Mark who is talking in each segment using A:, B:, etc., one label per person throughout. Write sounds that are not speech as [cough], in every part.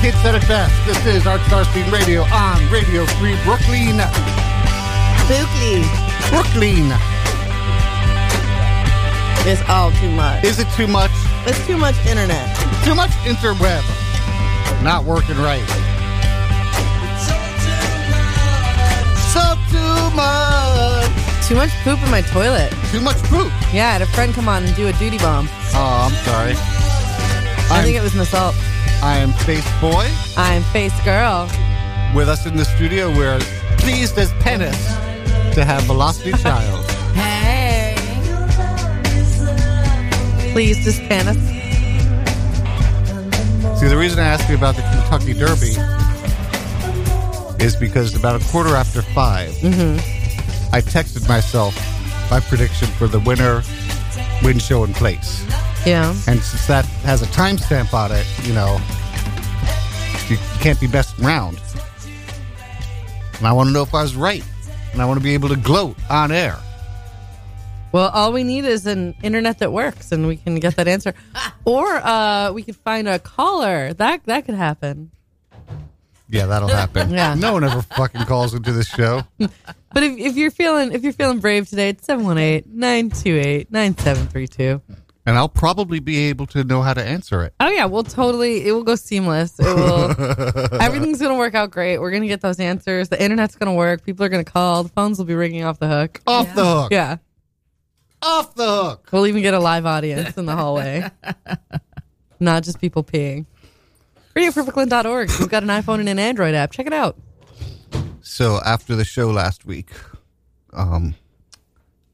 A: hits at its best. This is Art Star Speed Radio on Radio Free Brooklyn.
B: Spooky.
A: Brooklyn.
B: It's all too much.
A: Is it too much?
B: It's too much internet.
A: Too much interweb. Not working right. So too much.
B: Too much poop in my toilet.
A: Too much poop.
B: Yeah, I had a friend come on and do a duty bomb.
A: Oh, I'm sorry.
B: I think
A: I'm,
B: it was an assault.
A: I am Face Boy.
B: I'm face girl.
A: With us in the studio, we're pleased as penance to have Velocity Child.
B: Hey. Please just pan us.
A: See, the reason I asked you about the Kentucky Derby is because about a quarter after 5
B: Mm-hmm.
A: I texted myself my prediction for the winner, win, show, and place.
B: Yeah.
A: And since that has a timestamp on it, you know, you can't be messing around. And I want to know if I was right. And I want to be able to gloat on air.
B: Well, all we need is an internet that works, and we can get that [laughs] answer, or uh, we could find a caller. That that could happen.
A: Yeah,
B: [laughs]
A: that'll happen.
B: Yeah.
A: No one ever fucking calls into this show.
B: But if, if you're feeling if you're feeling brave today, it's 718-928-9732.
A: And I'll probably be able to know how to answer it.
B: Oh yeah, we'll totally it will go seamless. It
A: [laughs]
B: will everything's gonna work out great. We're gonna get those answers. The internet's gonna work. People are gonna call. The phones will be ringing off the hook.
A: Off the hook.
B: Yeah,
A: Off the hook.
B: we'll even get a live audience in
A: [laughs]
B: the hallway, not just people peeing. RadioForBrooklyn.org. We've got an iPhone and an Android app. Check it out.
A: So after the show last week, um,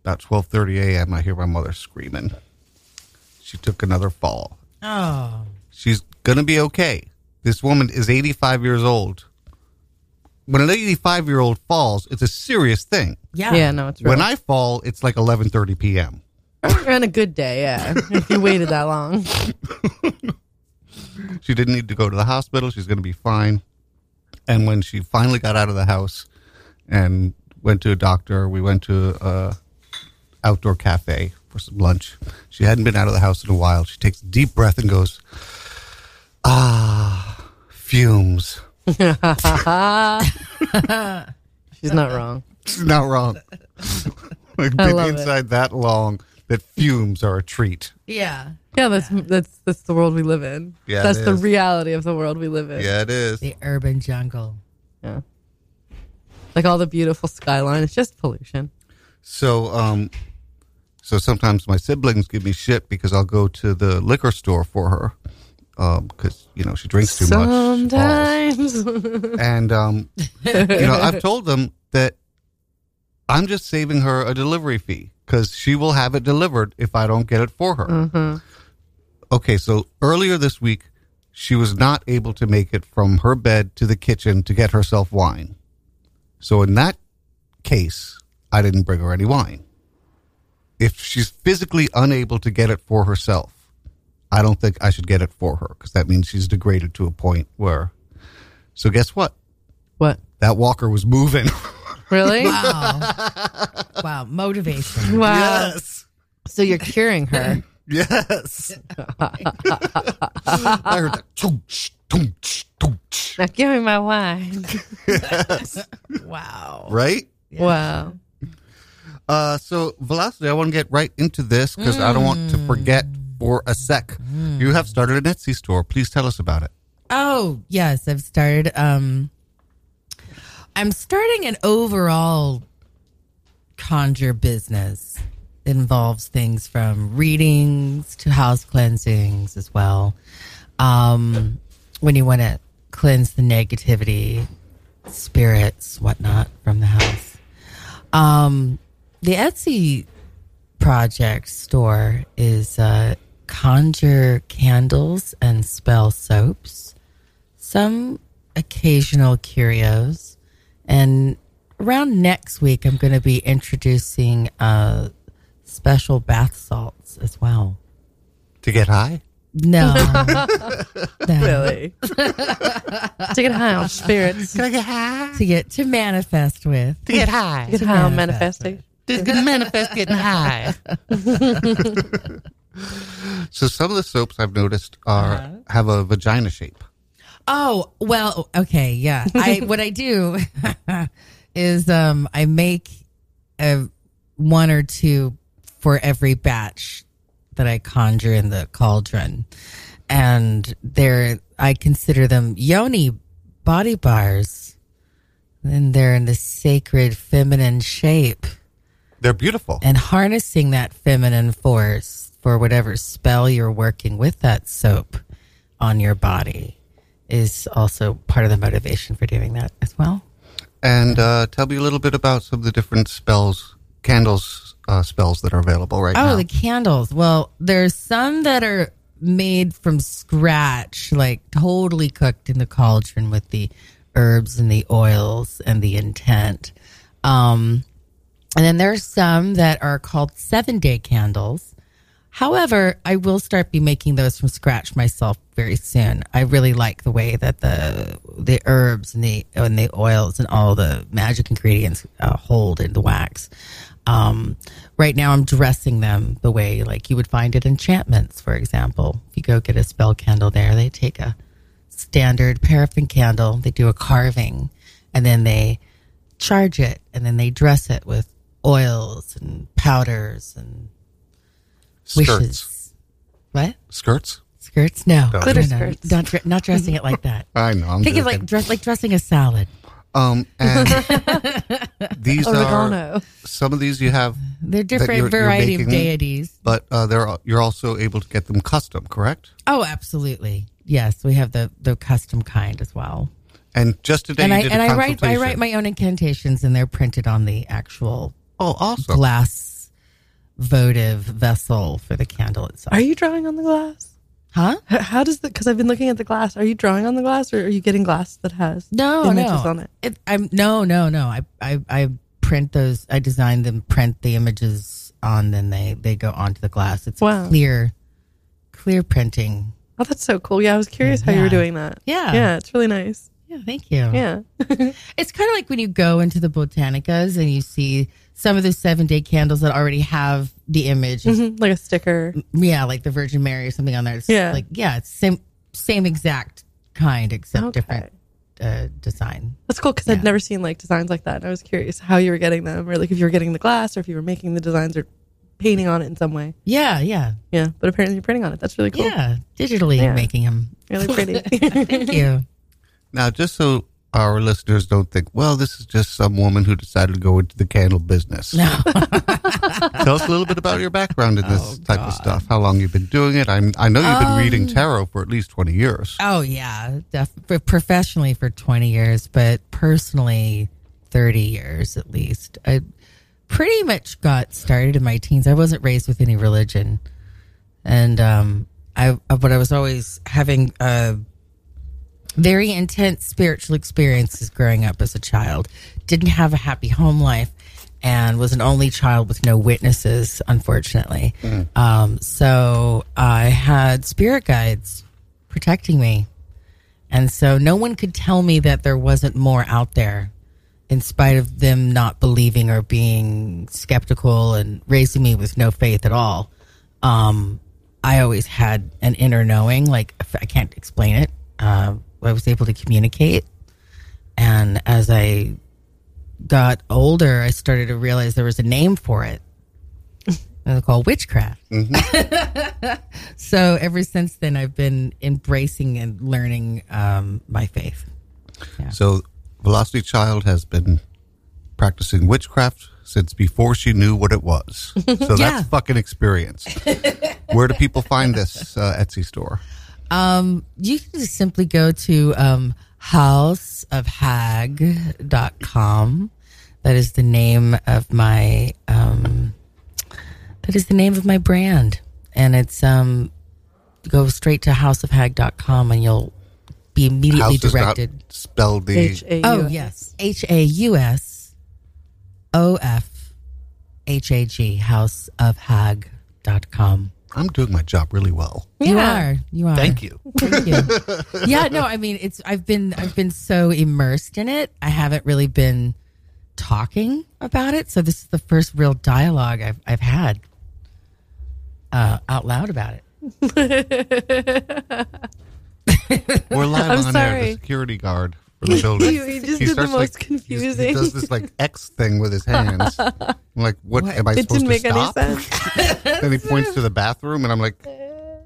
A: about twelve thirty a.m., I hear my mother screaming. She took another fall. Oh, she's gonna be okay. This woman is eighty-five years old. When an eighty-five-year-old falls, it's a serious thing.
B: Yeah, yeah no, it's real.
A: When I fall, it's like eleven thirty p.m.
B: on a good day, yeah. If you waited that long, [laughs]
A: She didn't need to go to the hospital. She's going to be fine. And when she finally got out of the house and went to a doctor, we went to a outdoor cafe for some lunch. She hadn't been out of the house in a while. She takes a deep breath and goes, "Ah, fumes."
B: she's
A: [laughs]
B: not wrong.
A: She's not wrong. like
B: [laughs] I
A: being
B: love it.
A: inside that long, that fumes are a treat.
C: Yeah.
B: Yeah, that's that's that's the world we live in.
A: Yeah,
B: that's
A: it
B: the
A: is.
B: reality of the world we live in.
A: Yeah, it is.
C: The urban [laughs] jungle.
B: Yeah. Like all the beautiful skyline, it's just pollution.
A: So, um, so sometimes my siblings give me shit because I'll go to the liquor store for her because you know she drinks too much. she falls.
B: Sometimes. [laughs]
A: and um, you know I've told them that I'm just saving her a delivery fee because she will have it delivered if I don't get it for her.
B: Uh-huh.
A: Okay, so earlier this week she was not able to make it from her bed to the kitchen to get herself wine. So in that case, I didn't bring her any wine. If she's physically unable to get it for herself, I don't think I should get it for her because that means she's degraded to a point where. So guess what?
B: what?
A: That walker was moving. [laughs]
B: Really? Wow.
C: Wow. wow. Motivation.
B: So you're
A: [laughs]
B: curing her.
A: Yes. I heard that. Toonch, toonch, toonch.
B: now give me my wine.
C: Wow.
A: Right?
B: Wow.
A: Uh, so, Velocity, I want to get right into this because I don't want to
C: Hmm.
A: forget for a sec. You have started an Etsy store. Please tell us about it.
C: Oh, yes, I've started um I'm starting an overall conjure business. It involves things from readings to house cleansings as well. Um when you want to cleanse the negativity, spirits, whatnot from the house. Um the Etsy project store is uh conjure candles and spell soaps some occasional curios. And around next week, I'm going to be introducing uh, special bath salts as well.
A: To get high? [laughs]
C: No. No.
B: [laughs] Really? to get high on spirits.
A: Can I get high?
C: To get to manifest with.
A: To get high.
B: Get high on manifesting.
A: Just gonna manifest getting high.
C: Uh-huh.
A: so some of the soaps I've noticed are have a vagina shape.
C: Oh, well, okay, yeah. I what I do [laughs] is um I make a one or two for every batch that I conjure in the cauldron. And they're I consider them yoni body bars. And they're in the sacred feminine shape
A: They're beautiful.
C: and harnessing that feminine force for whatever spell you're working with that soap on your body is also part of the motivation for doing that as well.
A: And uh, tell me a little bit about some of the different spells, candles uh, spells that are available right
C: Oh,
A: now.
C: the candles. Well, there's some that are made from scratch, like totally cooked in the cauldron with the herbs and the oils and the intent. Um, and then there's some that are called seven day candles. However, I will start be making those from scratch myself very soon. I really like the way that the the herbs and the and the oils and all the magic ingredients uh, hold in the wax. Um, right now, I'm dressing them the way like you would find at enchantments, for example. If you go get a spell candle there, they take a standard paraffin candle. They do a carving and then they charge it and then they dress it with oils and powders and
A: Skirts.
C: wishes. What?
A: Skirts?
C: Skirts? No.
A: Don't.
B: Glitter
C: No, no,
B: skirts.
C: Not, dre- not dressing it like that.
A: I know. I'm
C: [laughs] Think of
A: joking.
C: like dress like dressing a salad. [laughs]
A: Um, and these are
B: Oregano.
A: some of these you have,
C: They're different
A: you're- you're
C: variety
A: making
C: of
A: them?
C: deities.
A: but uh, they're you're also able to get them custom, correct?
C: Oh, absolutely. Yes, we have the the custom kind as well.
A: And just today,
C: and
A: you
C: I
A: did
C: and
A: a
C: I write I
A: consultation.
C: write my own incantations and they're printed on the actual
A: Oh, awesome!
C: glass votive vessel for the candle itself.
B: Are you drawing on the glass?
C: huh?
B: H- How does the? Because I've been looking at the glass. Are you drawing on the glass, or are you getting glass that has
C: No,
B: images
C: no.
B: on it?
C: I'm no, no, no. I, I I print those. I design them, print the images on, then they they go onto the glass. It's
B: Wow.
C: clear, clear printing.
B: Oh, that's so cool. Yeah, I was curious how you
C: Yeah.
B: were doing that.
C: Yeah.
B: yeah, it's really nice.
C: Yeah, thank you.
B: Yeah,
C: It's kind of like when you go into the botanicas and you see some of the seven day candles that already have the image.
B: Mhm, [laughs] like a sticker.
C: Yeah, like the Virgin Mary or something on there. It's
B: Mm-hmm. Yeah.
C: like yeah, it's same same exact kind except
B: Okay.
C: different uh, design.
B: That's cool because
C: Yeah.
B: I'd never seen like designs like that, and I was curious how you were getting them, or like if you were getting the glass, or if you were making the designs, or painting on it in some way.
C: Yeah, yeah,
B: Yeah, but apparently you're printing on it. That's really cool.
C: yeah. Digitally
B: Yeah.
C: making them. [laughs]
B: Really pretty.
C: Thank you.
A: Now, just so our listeners don't think, well, this is just some woman who decided to go into the candle business.
C: No.
A: [laughs] Tell us a little bit about your background in this
C: Oh,
A: type
C: God. Um,
A: of stuff. How long you've been doing it? I'm, I know you've been reading tarot for at least twenty years.
C: [laughs] Oh yeah, def- for- professionally for twenty years, but personally thirty years at least. I pretty much got started in my teens. I wasn't raised with any religion, and um, I uh, but I was always having uh, very intense spiritual experiences growing up as a child. Didn't have a happy home life. And was an only child with no witnesses, unfortunately. Um, so I had spirit guides protecting me. And so no one could tell me that there wasn't more out there, in spite of them not believing or being skeptical and raising me with no faith at all. Um, I always had an inner knowing, like if I can't explain it. Uh, I was able to communicate. And as I got older, I started to realize there was a name for it. It was called witchcraft. [laughs] so ever since then, I've been embracing and learning um, my faith.
A: So, Velocity Child has been practicing witchcraft since before she knew what it
B: [laughs]
A: was. So
C: Yeah.
A: that's fucking experience. Where do people find this uh, Etsy store?
C: Um, you can just simply go to um, houseofhag.com. That is the name of my um, that is the name of my brand, and it's um, go straight to houseofhag.com and you'll be immediately
A: House is not
C: directed.
A: spelled the
B: H A U.
C: Oh yes, H A U S O F H A G houseofhag.com.
A: I'm doing my job really well.
C: You
B: Yeah.
C: are, you are.
A: Thank you.
C: Thank you. [laughs] yeah, no, I mean it's I've been I've been so immersed in it. I haven't really been talking about it. So this is the first real dialogue I've I've had uh, out loud about it.
A: We're live
B: I'm
A: on air.
B: sorry.
A: The security guard for the building.
B: [laughs] You- you just
A: He
B: did the
A: starts,
B: most
A: like, he-
B: confusing-
A: He does this like X thing with his
B: [laughs]
A: hands. I'm like, what,
C: What?
A: am I
B: it
A: supposed to
B: didn't make
A: stop?
B: any sense.
A: Then he points to the bathroom, and I'm like,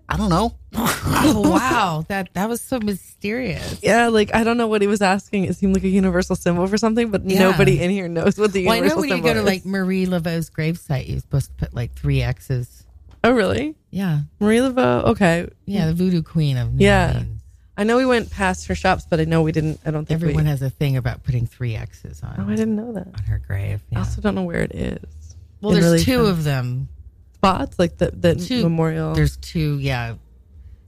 A: I don't know.
C: [laughs] Oh wow, that that was so mysterious.
B: Yeah, like I don't know what he was asking. It seemed like a universal symbol for something, but
C: Yeah.
B: nobody in here knows what the
C: Well, I know
B: universal
C: when you
B: symbol
C: go to
B: is.
C: like Marie Laveau's gravesite, you're supposed to put like three X's.
B: oh, really?
C: Yeah,
B: Marie Laveau? Okay.
C: yeah, the Voodoo Queen of New
B: Yeah.
C: Orleans.
B: I know we went past her shops, but I know we didn't. I don't think
C: Everyone
B: we.
C: has a thing about putting three X's on,
B: oh, I didn't know that.
C: on her grave.
B: I
C: yeah.
B: also don't know where it is.
C: Well,
B: in
C: there's
B: really
C: two
B: fun-
C: of them.
B: Spots like the the
C: Two-
B: memorial.
C: There's two, yeah,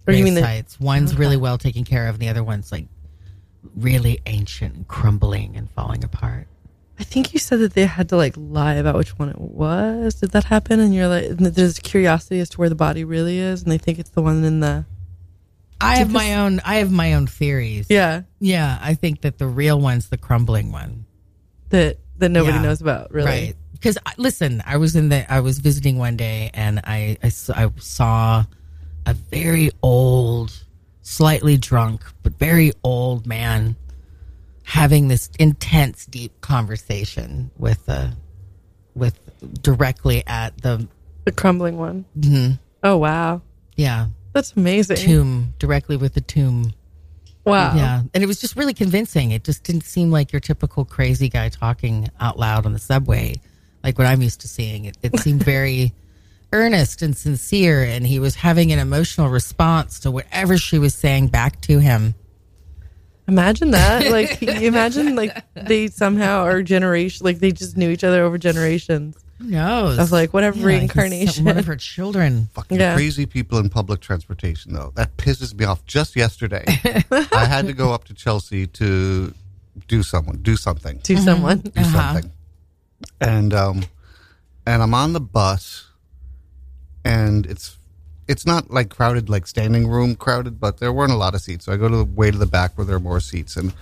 B: Or you
C: grave
B: mean the-
C: sites. One's really well taken care of, and the other one's like really ancient and crumbling and falling apart.
B: I think you said that they had to like lie about which one it was. Did that happen? And you're like, and there's curiosity as to where the body really is, and they think it's the one in the
C: I have my own. I have my own theories.
B: yeah
C: Yeah, I think that the real one's the crumbling one.
B: that that nobody
C: Yeah.
B: knows about really.
C: Right. Because listen, I was in the I was visiting one day and I I, s- I saw a very old, slightly drunk but very old man having this intense, deep conversation with uh with directly at the
B: The crumbling one.
C: Mm-hmm.
B: Oh wow,
C: yeah
B: that's amazing.
C: tomb directly with the tomb.
B: Wow.
C: Yeah, and it was just really convincing. It just didn't seem like your typical crazy guy talking out loud on the subway, like what I'm used to seeing. It, it [laughs] seemed very earnest and sincere, and he was having an emotional response to whatever she was saying back to him.
B: Imagine
C: [laughs]
B: that. Like you imagine like they somehow are generation like they just knew each other over generations.
C: Who knows?
B: Of, like, whatever
C: he's some-
B: reincarnation.
C: One of her children.
A: Fucking
B: Yeah.
A: crazy people in public transportation, though. That pisses me off. Just yesterday, I had to go up to Chelsea to do someone, do something.
C: Mm-hmm.
B: to someone.
A: do
C: Uh-huh.
A: something. And um, and I'm on the bus, and it's it's not like crowded, like standing room crowded, but there weren't a lot of seats. So I go to the way to the back where there are more seats, and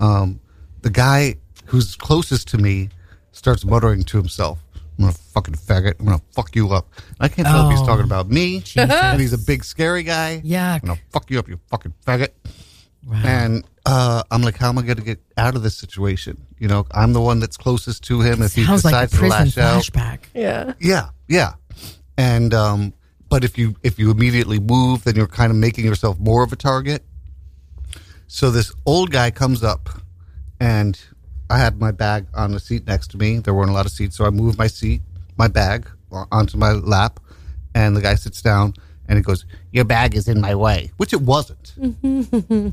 A: um, the guy who's closest to me starts muttering to himself. I'm gonna fucking faggot. I'm gonna fuck you up. And I can't tell if
C: Oh.
A: he's talking about me, and he's a big scary guy.
C: Yuck.
A: I'm gonna fuck you up, you fucking faggot.
C: Wow.
A: And uh, I'm like, how am I going to get out of this situation? You know, I'm the one that's closest to him. If he
C: Sounds like
A: decides
C: a
A: to
C: prison
A: lash out,
C: flashback.
B: [laughs] Yeah.
A: yeah, yeah. And um, but if you if you immediately move, then you're kind of making yourself more of a target. So this old guy comes up, and I had my bag on the seat next to me. There weren't a lot of seats, so I moved my seat, my bag o- onto my lap, and the guy sits down and he goes, "Your bag is in my way," which it wasn't. And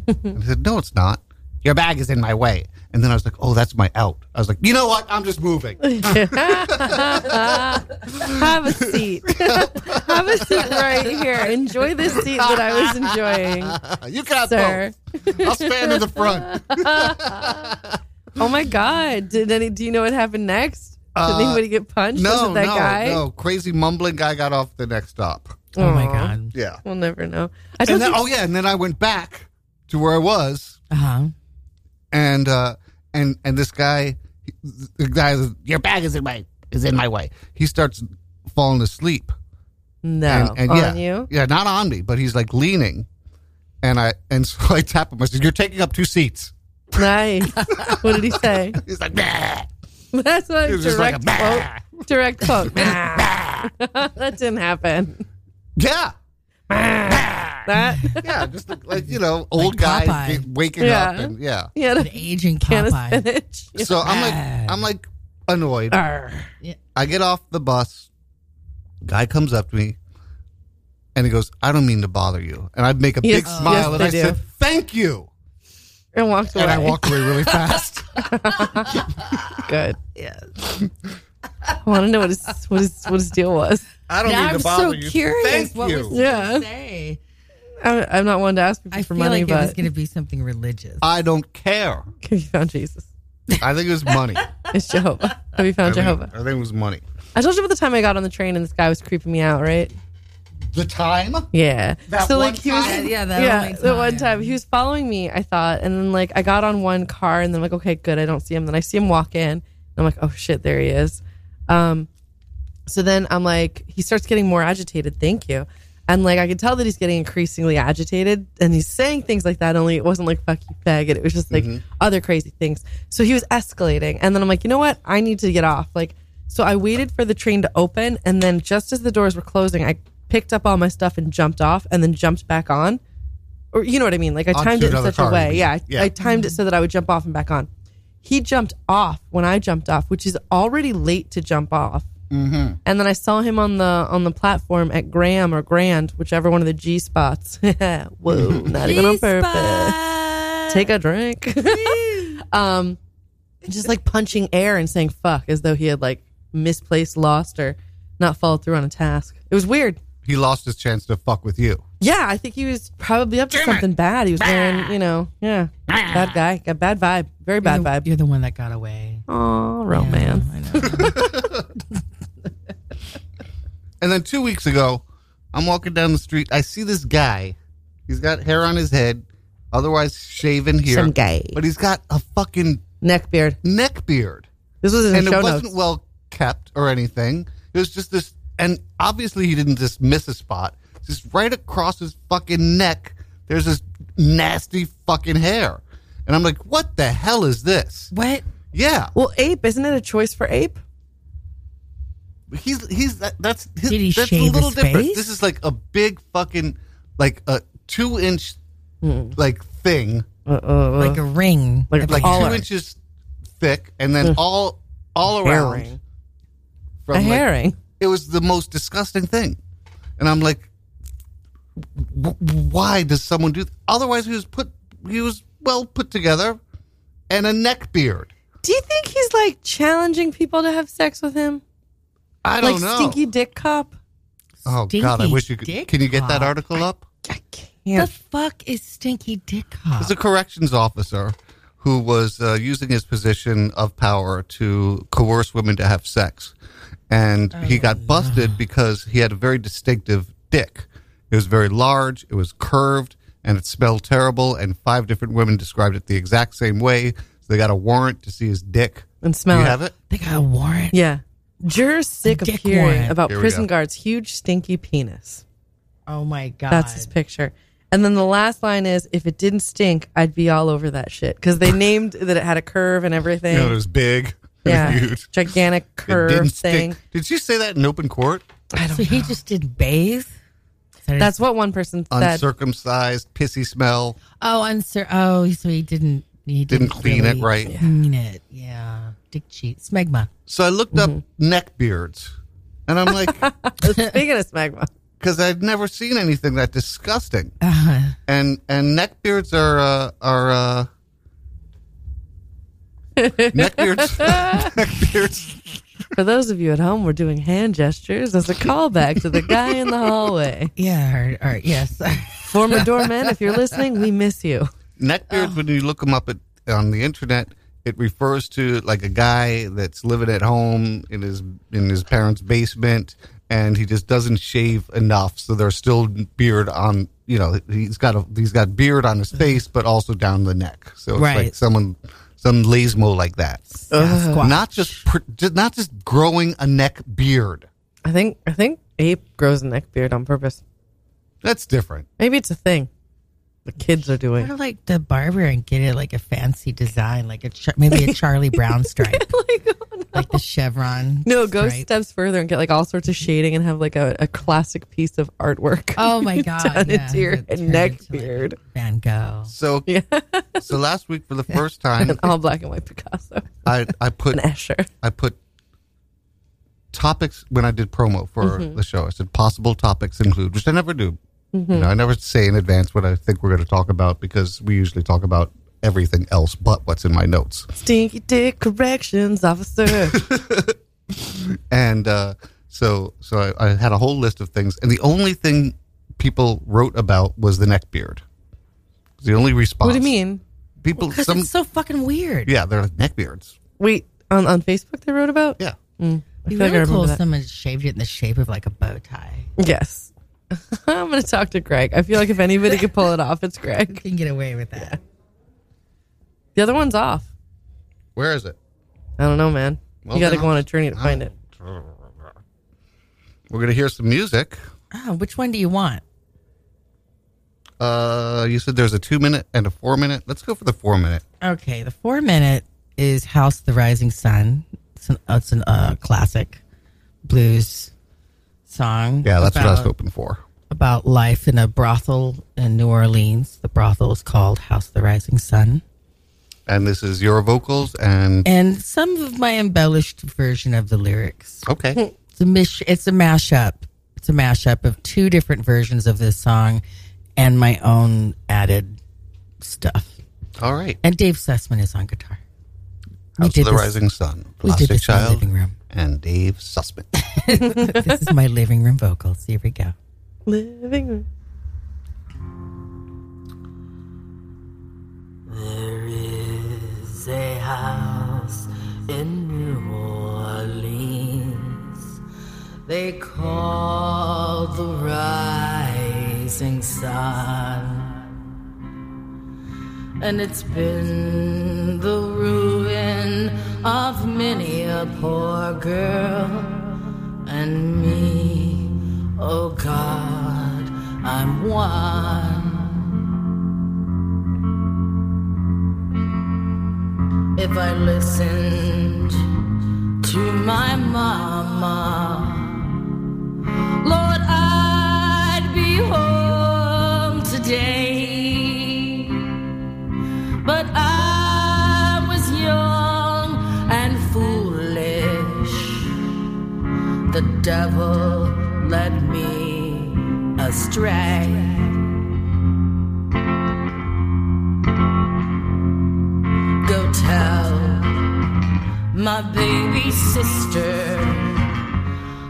A: I said, No, it's not. Your bag is in my way. And then I was like, Oh, that's my out. I was like, You know what? I'm just moving. [laughs]
B: [laughs] Have a seat. [laughs] Have a seat right here. Enjoy this seat that I
A: [laughs]
B: was enjoying.
A: you can have
B: Sir.
A: both. I'll stand in the
B: [laughs]
A: front.
B: Oh my god! Did any? Do you know what happened next? Did anybody get punched? Was
A: Uh, No,
B: it that
A: no,
B: guy?
A: no. Crazy mumbling guy got off the next stop.
C: Oh my
B: Aw.
C: god.
A: Yeah.
B: We'll never know. I don't
A: And then,
B: think-
A: oh, yeah. And then I went back to where I was.
C: Uh huh.
A: And, uh, and, and this guy, the guy, your bag is in my, is in my way. He starts falling asleep.
B: no.
A: and, and
B: Oh. on
A: yeah,
B: you.
A: yeah, not on me, but he's like leaning, and I and so I tap him. I said, "You're taking up two seats." [laughs]
B: Nice. what did he say? [laughs]
A: He's like, "Bah."
B: That's what
A: It was just like a
B: direct
A: bah.
B: quote. Direct
A: [laughs]
B: quote. [laughs] that didn't happen.
A: "Yeah,
B: That.
A: yeah," just like, like, you know, old guy
C: Popeye.
A: get- waking
B: Yeah.
A: up, and yeah.
B: He had [laughs]
C: An
B: a
C: aging
B: can of
C: Popeye.
B: spinach. [laughs]
A: So I'm like,
C: Bah.
A: I'm like annoyed.
B: Arr.
A: I get off the bus. Guy comes up to me, and he goes, "I don't mean to bother you," and I make a
B: Yes,
A: big
B: yes,
A: smile, and
B: they
A: I
B: do.
A: said, "Thank you,"
B: And walked away.
A: and I walked away really fast.
B: Good. Yes. I want to know what his what his what his deal was.
A: [laughs] I don't
C: Now
A: mean to
C: I'm
A: bother
C: so
A: you.
C: curious
A: Thank
C: what
A: you.
C: was-
B: Yeah.
C: Say,
B: I'm, I'm not one to ask people
C: I
B: for
C: feel
B: money,
C: like it was
B: but
C: going to be something religious.
A: I don't care.
B: [laughs] have you found Jesus?
A: I think it was money.
B: It's Jehovah. Have you
A: I
B: found
A: think-
B: Jehovah?
A: I think it was money.
B: I told you about the time I got on the train and this guy was creeping me out, right?
A: The time?
B: Yeah.
A: That
B: so
A: one
B: like he was
A: time?
C: Yeah, that
B: yeah,
C: only
B: the one
C: time.
B: time he was following me, I thought, and then like I got on one car and then like okay, good, I don't see him. Then I see him walk in, and I'm like, oh shit, there he is. Um, so then I'm like, he starts getting more agitated. Thank you. And like I could tell that he's getting increasingly agitated and he's saying things like that, only it wasn't like fuck you faggot. It was just like
A: Mm-hmm.
B: other crazy things. So he was escalating. And then I'm like, you know what? I need to get off. Like so I waited for the train to open and then just as the doors were closing, I picked up all my stuff and jumped off and then jumped back on. Or you know what I mean? Like I
A: Onto
B: timed it in
A: another
B: such
A: car,
B: a
A: you
B: way.
A: mean.
B: Yeah. I,
A: Yeah.
B: I timed it so that I would jump off and back on. He jumped off when I jumped off, which is already late to jump off and then I saw him on the on the platform at Graham or Grand, whichever one of the G spots. [laughs]
A: [laughs]
B: Whoa, not even on purpose. Take a drink. [laughs] um, just like punching air and saying "fuck" as though he had like misplaced, lost, or not followed through on a task. It was weird.
A: He lost his chance to fuck with you.
B: Yeah, I think he was probably up to something bad. He was wearing, you know, yeah, bad guy, got bad vibe, very bad
C: you're,
B: vibe.
C: you're the one that got away.
B: Oh, romance.
C: Yeah, I know.
B: [laughs]
A: And then two weeks ago, I'm walking down the street. I see this guy. He's got hair on his head, otherwise shaven here.
B: Some guy.
A: But he's got a fucking
B: Neck beard.
A: neck beard.
B: This was in
A: And
B: the
A: it
B: show
A: wasn't
B: notes.
A: well kept or anything. It was just this. And obviously, he didn't just miss a spot. Just right across his fucking neck, there's this nasty fucking hair. And I'm like, what the hell is this?
C: what?
A: Yeah.
B: Well, ape, isn't it a choice for ape?
A: he's he's that, that's his,
C: Did he
A: that's
C: shave
A: a little
C: his
A: different.
C: face?
A: This is like a big fucking like a two inch like thing,
C: Like a ring.
B: Like-
C: of
A: like
B: Collar.
A: two inches thick, and then all all around
B: Herring.
A: from
B: a
A: like-
B: herring.
A: It was the most disgusting thing, and I'm like, w- why does someone do? Otherwise, he was put he was well put together, and a neck beard.
B: Do you think he's like challenging people to have sex with him?
A: I don't
B: Like
A: know.
B: stinky dick cop?
A: oh God, I
C: Stinky
A: wish you could.
C: dick
A: Can you get that
C: cock.
A: article up?
B: I
C: The
B: can't.
C: fuck is Stinky Dick Hop?
A: was a corrections officer who was uh, using his position of power to coerce women to have sex. And he
B: Oh.
A: got busted because he had a very distinctive dick. It was very large, it was curved, and it smelled terrible. And five different women described it the exact same way. So they got a warrant to see his dick.
B: And
A: Do
B: smell
A: you
B: it.
A: have it?
C: They got a warrant.
B: Yeah. Jurors sick of
C: dick
B: hearing
C: one.
B: about
A: Here we
B: prison
A: go.
B: guards' huge stinky penis.
C: Oh my god.
B: That's his picture. And then the last line is, if it didn't stink, I'd be all over that shit. Because they named [laughs] that it had a curve and everything.
A: You know, it was big. [laughs] It
B: yeah.
A: was huge.
B: Gigantic
A: It didn't
B: curve thing.
A: stick. Did you say that in open court?
C: so he just did bathe.
B: That's what one person said.
A: Uncircumcised, pissy smell.
C: oh, unsur. Oh, so he didn't. He didn't,
A: Didn't clean it
C: really
A: right.
C: Clean it. Yeah. Dick cheat. Smegma.
A: So I looked up neck beards. And I'm like,
B: Speaking of smegma.
A: because I've never seen anything that disgusting.
C: Uh,
B: Uh-huh.
A: And and neck beards are uh, are uh, neck beards. [laughs] neck beards.
B: For those of you at home, we're doing hand gestures as a callback to the guy in the hallway.
C: yeah. Or, or yes.
B: [laughs]
C: [laughs]
B: Former doorman, if you're listening, we miss you.
A: Neck
B: Oh.
A: beards. When you look them up at, on the internet, it refers to like a guy that's living at home in his in his parents' basement, and he just doesn't shave enough, so there's still beard on. You know, he's got a he's got beard on his face, but also down the neck. So it's
C: Right.
A: like someone some lazmo like that.
C: Sasquatch.
A: Not just, pr- just not just growing a neck beard.
B: I think I think Ape grows a neck beard on purpose.
A: That's different.
B: Maybe it's a thing the kids are
C: Go
B: doing.
C: to like the barber and get it like a fancy design, like a char- maybe
B: [laughs]
C: a Charlie Brown stripe,
B: Like, oh,
C: like the chevron.
B: no, go
C: stripe.
B: steps further and get like all sorts of shading and have like a, a classic piece of artwork.
C: Oh my god!
B: Done
C: yeah,
B: into your
C: it turned
B: neck
C: into, like,
B: beard.
C: Van Gogh.
A: So,
B: [laughs] Yeah.
A: so last week for the first time,
B: [laughs] An all black and white Picasso.
A: I I put
B: An Escher.
A: I put topics when I did promo for
B: Mm-hmm.
A: the show. I said possible topics include, which I never do.
B: Mm-hmm.
A: You know, I never say in advance what I think we're going to talk about because we usually talk about everything else but what's in my notes.
B: Stinky dick corrections [laughs] officer.
A: And uh, so, so I, I had a whole list of things, and the only thing people wrote about was the neck beard. It was The only response.
B: what do you mean?
A: People,
C: Because
A: some
C: it's so fucking weird.
A: Yeah, they're like neck beards.
B: Wait, on, on Facebook they wrote about?
A: Yeah.
B: I
C: It'd
B: feel
C: be
B: like I
C: really cool
B: remember that.
C: if someone shaved it in the shape of like a bow tie.
B: Yes. [laughs] I'm going to talk to Greg. I feel like if anybody could pull it off, it's
C: You
B: Greg.
C: can get away with that.
B: The other one's off.
A: Where is it?
B: I don't know, man.
A: Well,
B: you got to
A: then
B: go
A: I'll-
B: on a journey to find it.
A: We're going to hear some music.
C: Oh, which one do you want?
A: Uh, you said there's a two minute and a four minute. Let's go for the four minute.
C: Okay, the four minute is House of the Rising Sun. It's an, it's an uh, classic blues song.
A: Yeah, that's what I was
C: about-
A: hoping for.
C: about life in a brothel in New Orleans. The brothel is called House of the Rising Sun.
A: And this is your vocals and
C: And some of my embellished version of the lyrics.
A: okay,
C: It's a mish, it's a mashup. It's a mashup of two different versions of this song and my own added stuff.
A: all right.
C: And Dave Sussman is on guitar.
A: House
C: did
A: of the
C: this-
A: Rising Sun,
C: we
A: Plastic
C: did this in the
A: Child,
C: living room.
A: and Dave Sussman.
C: This is my living room vocals. Here we go.
B: Living room.
D: There is a house in New Orleans. They call the rising sun. And it's been the ruin of many a poor girl and me. Oh God, I'm one. if I listened to my mama. Lord, I'd be home today. But I was young and foolish. The devil led me astray. Go tell my baby sister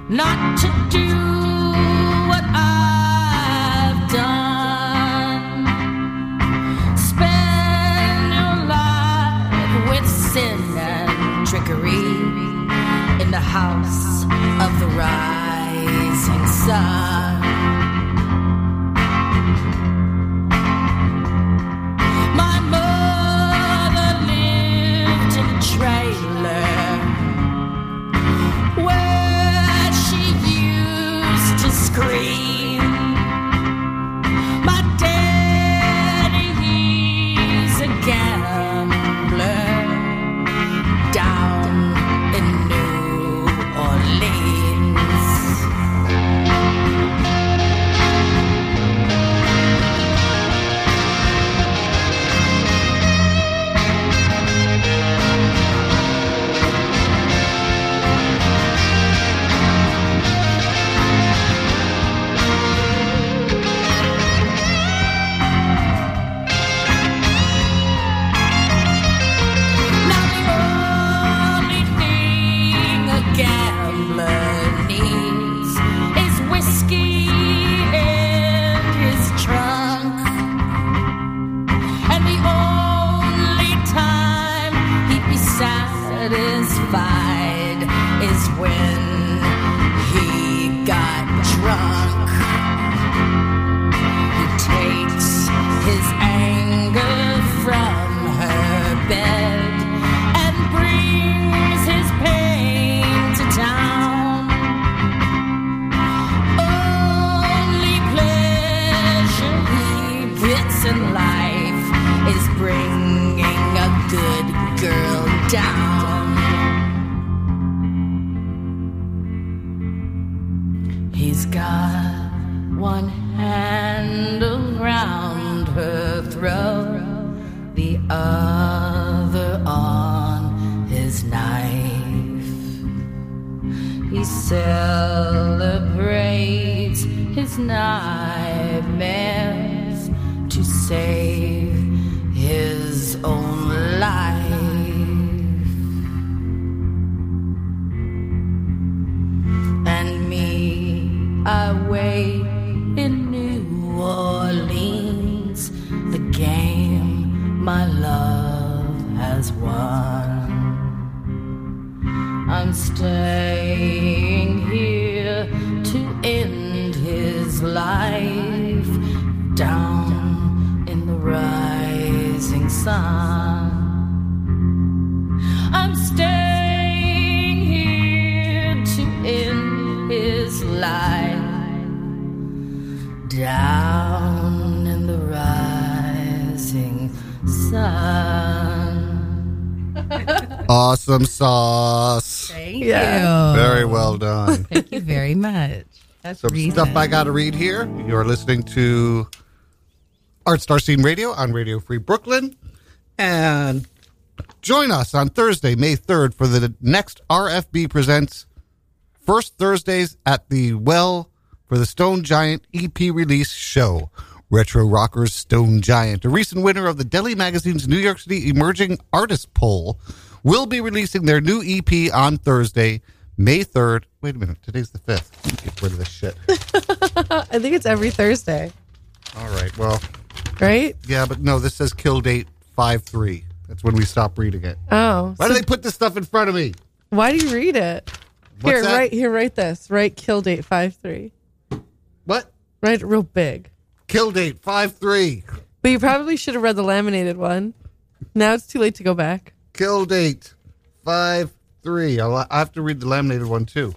D: not to do what I've done. Spend your life with sin and trickery in the house of the rising sun. My mother lived in a trailer where she used to scream. My daddy, he's a gambler down in New Orleans. Now the only thing a gambler needs is whiskey in his trunk, and the only time he'd be satisfied is when he got drunk. He takes his anger from her bed and brings his pain to town. Only pleasure he gets in life is bringing a good girl down. He's got one hand around her throat, the other on his knife. He celebrates his nightmares to save his own life. and me. I wait in New Orleans, the game my love has won. I'm staying here to end his life down in the rising sun. I'm staying here to end his life sun.
A: Awesome sauce.
C: Thank
B: Yeah.
C: you.
A: Very well done.
C: Thank you very much. [laughs] That's
A: Some
C: reason.
A: stuff I got to read here. You're listening to Art Star Scene Radio on Radio Free Brooklyn. And join us on Thursday, May 3rd, for the next RFB Presents First Thursdays at the Well for the Stone Giant EP release show. Retro Rockers Stone Giant, a recent winner of the Deli Magazine's New York City Emerging Artist Poll, will be releasing their new EP on Thursday, May 3rd. Wait a minute, today's the 5th. Get rid of this shit.
B: I think it's every Thursday,
A: All right, well,
B: right?
A: yeah, but no, this says kill date 5 3. That's when we stop reading it.
B: Oh,
A: Why do they put this stuff in front of me?
B: why do you read it?
A: What's
B: here,
A: that?
B: right here, write this. Write kill date five three.
A: What?
B: Write it real big.
A: Kill date 5 3.
B: But you probably should have read the laminated one. Now it's too late to go back.
A: Kill date five three. I'll, I have to read the laminated one too.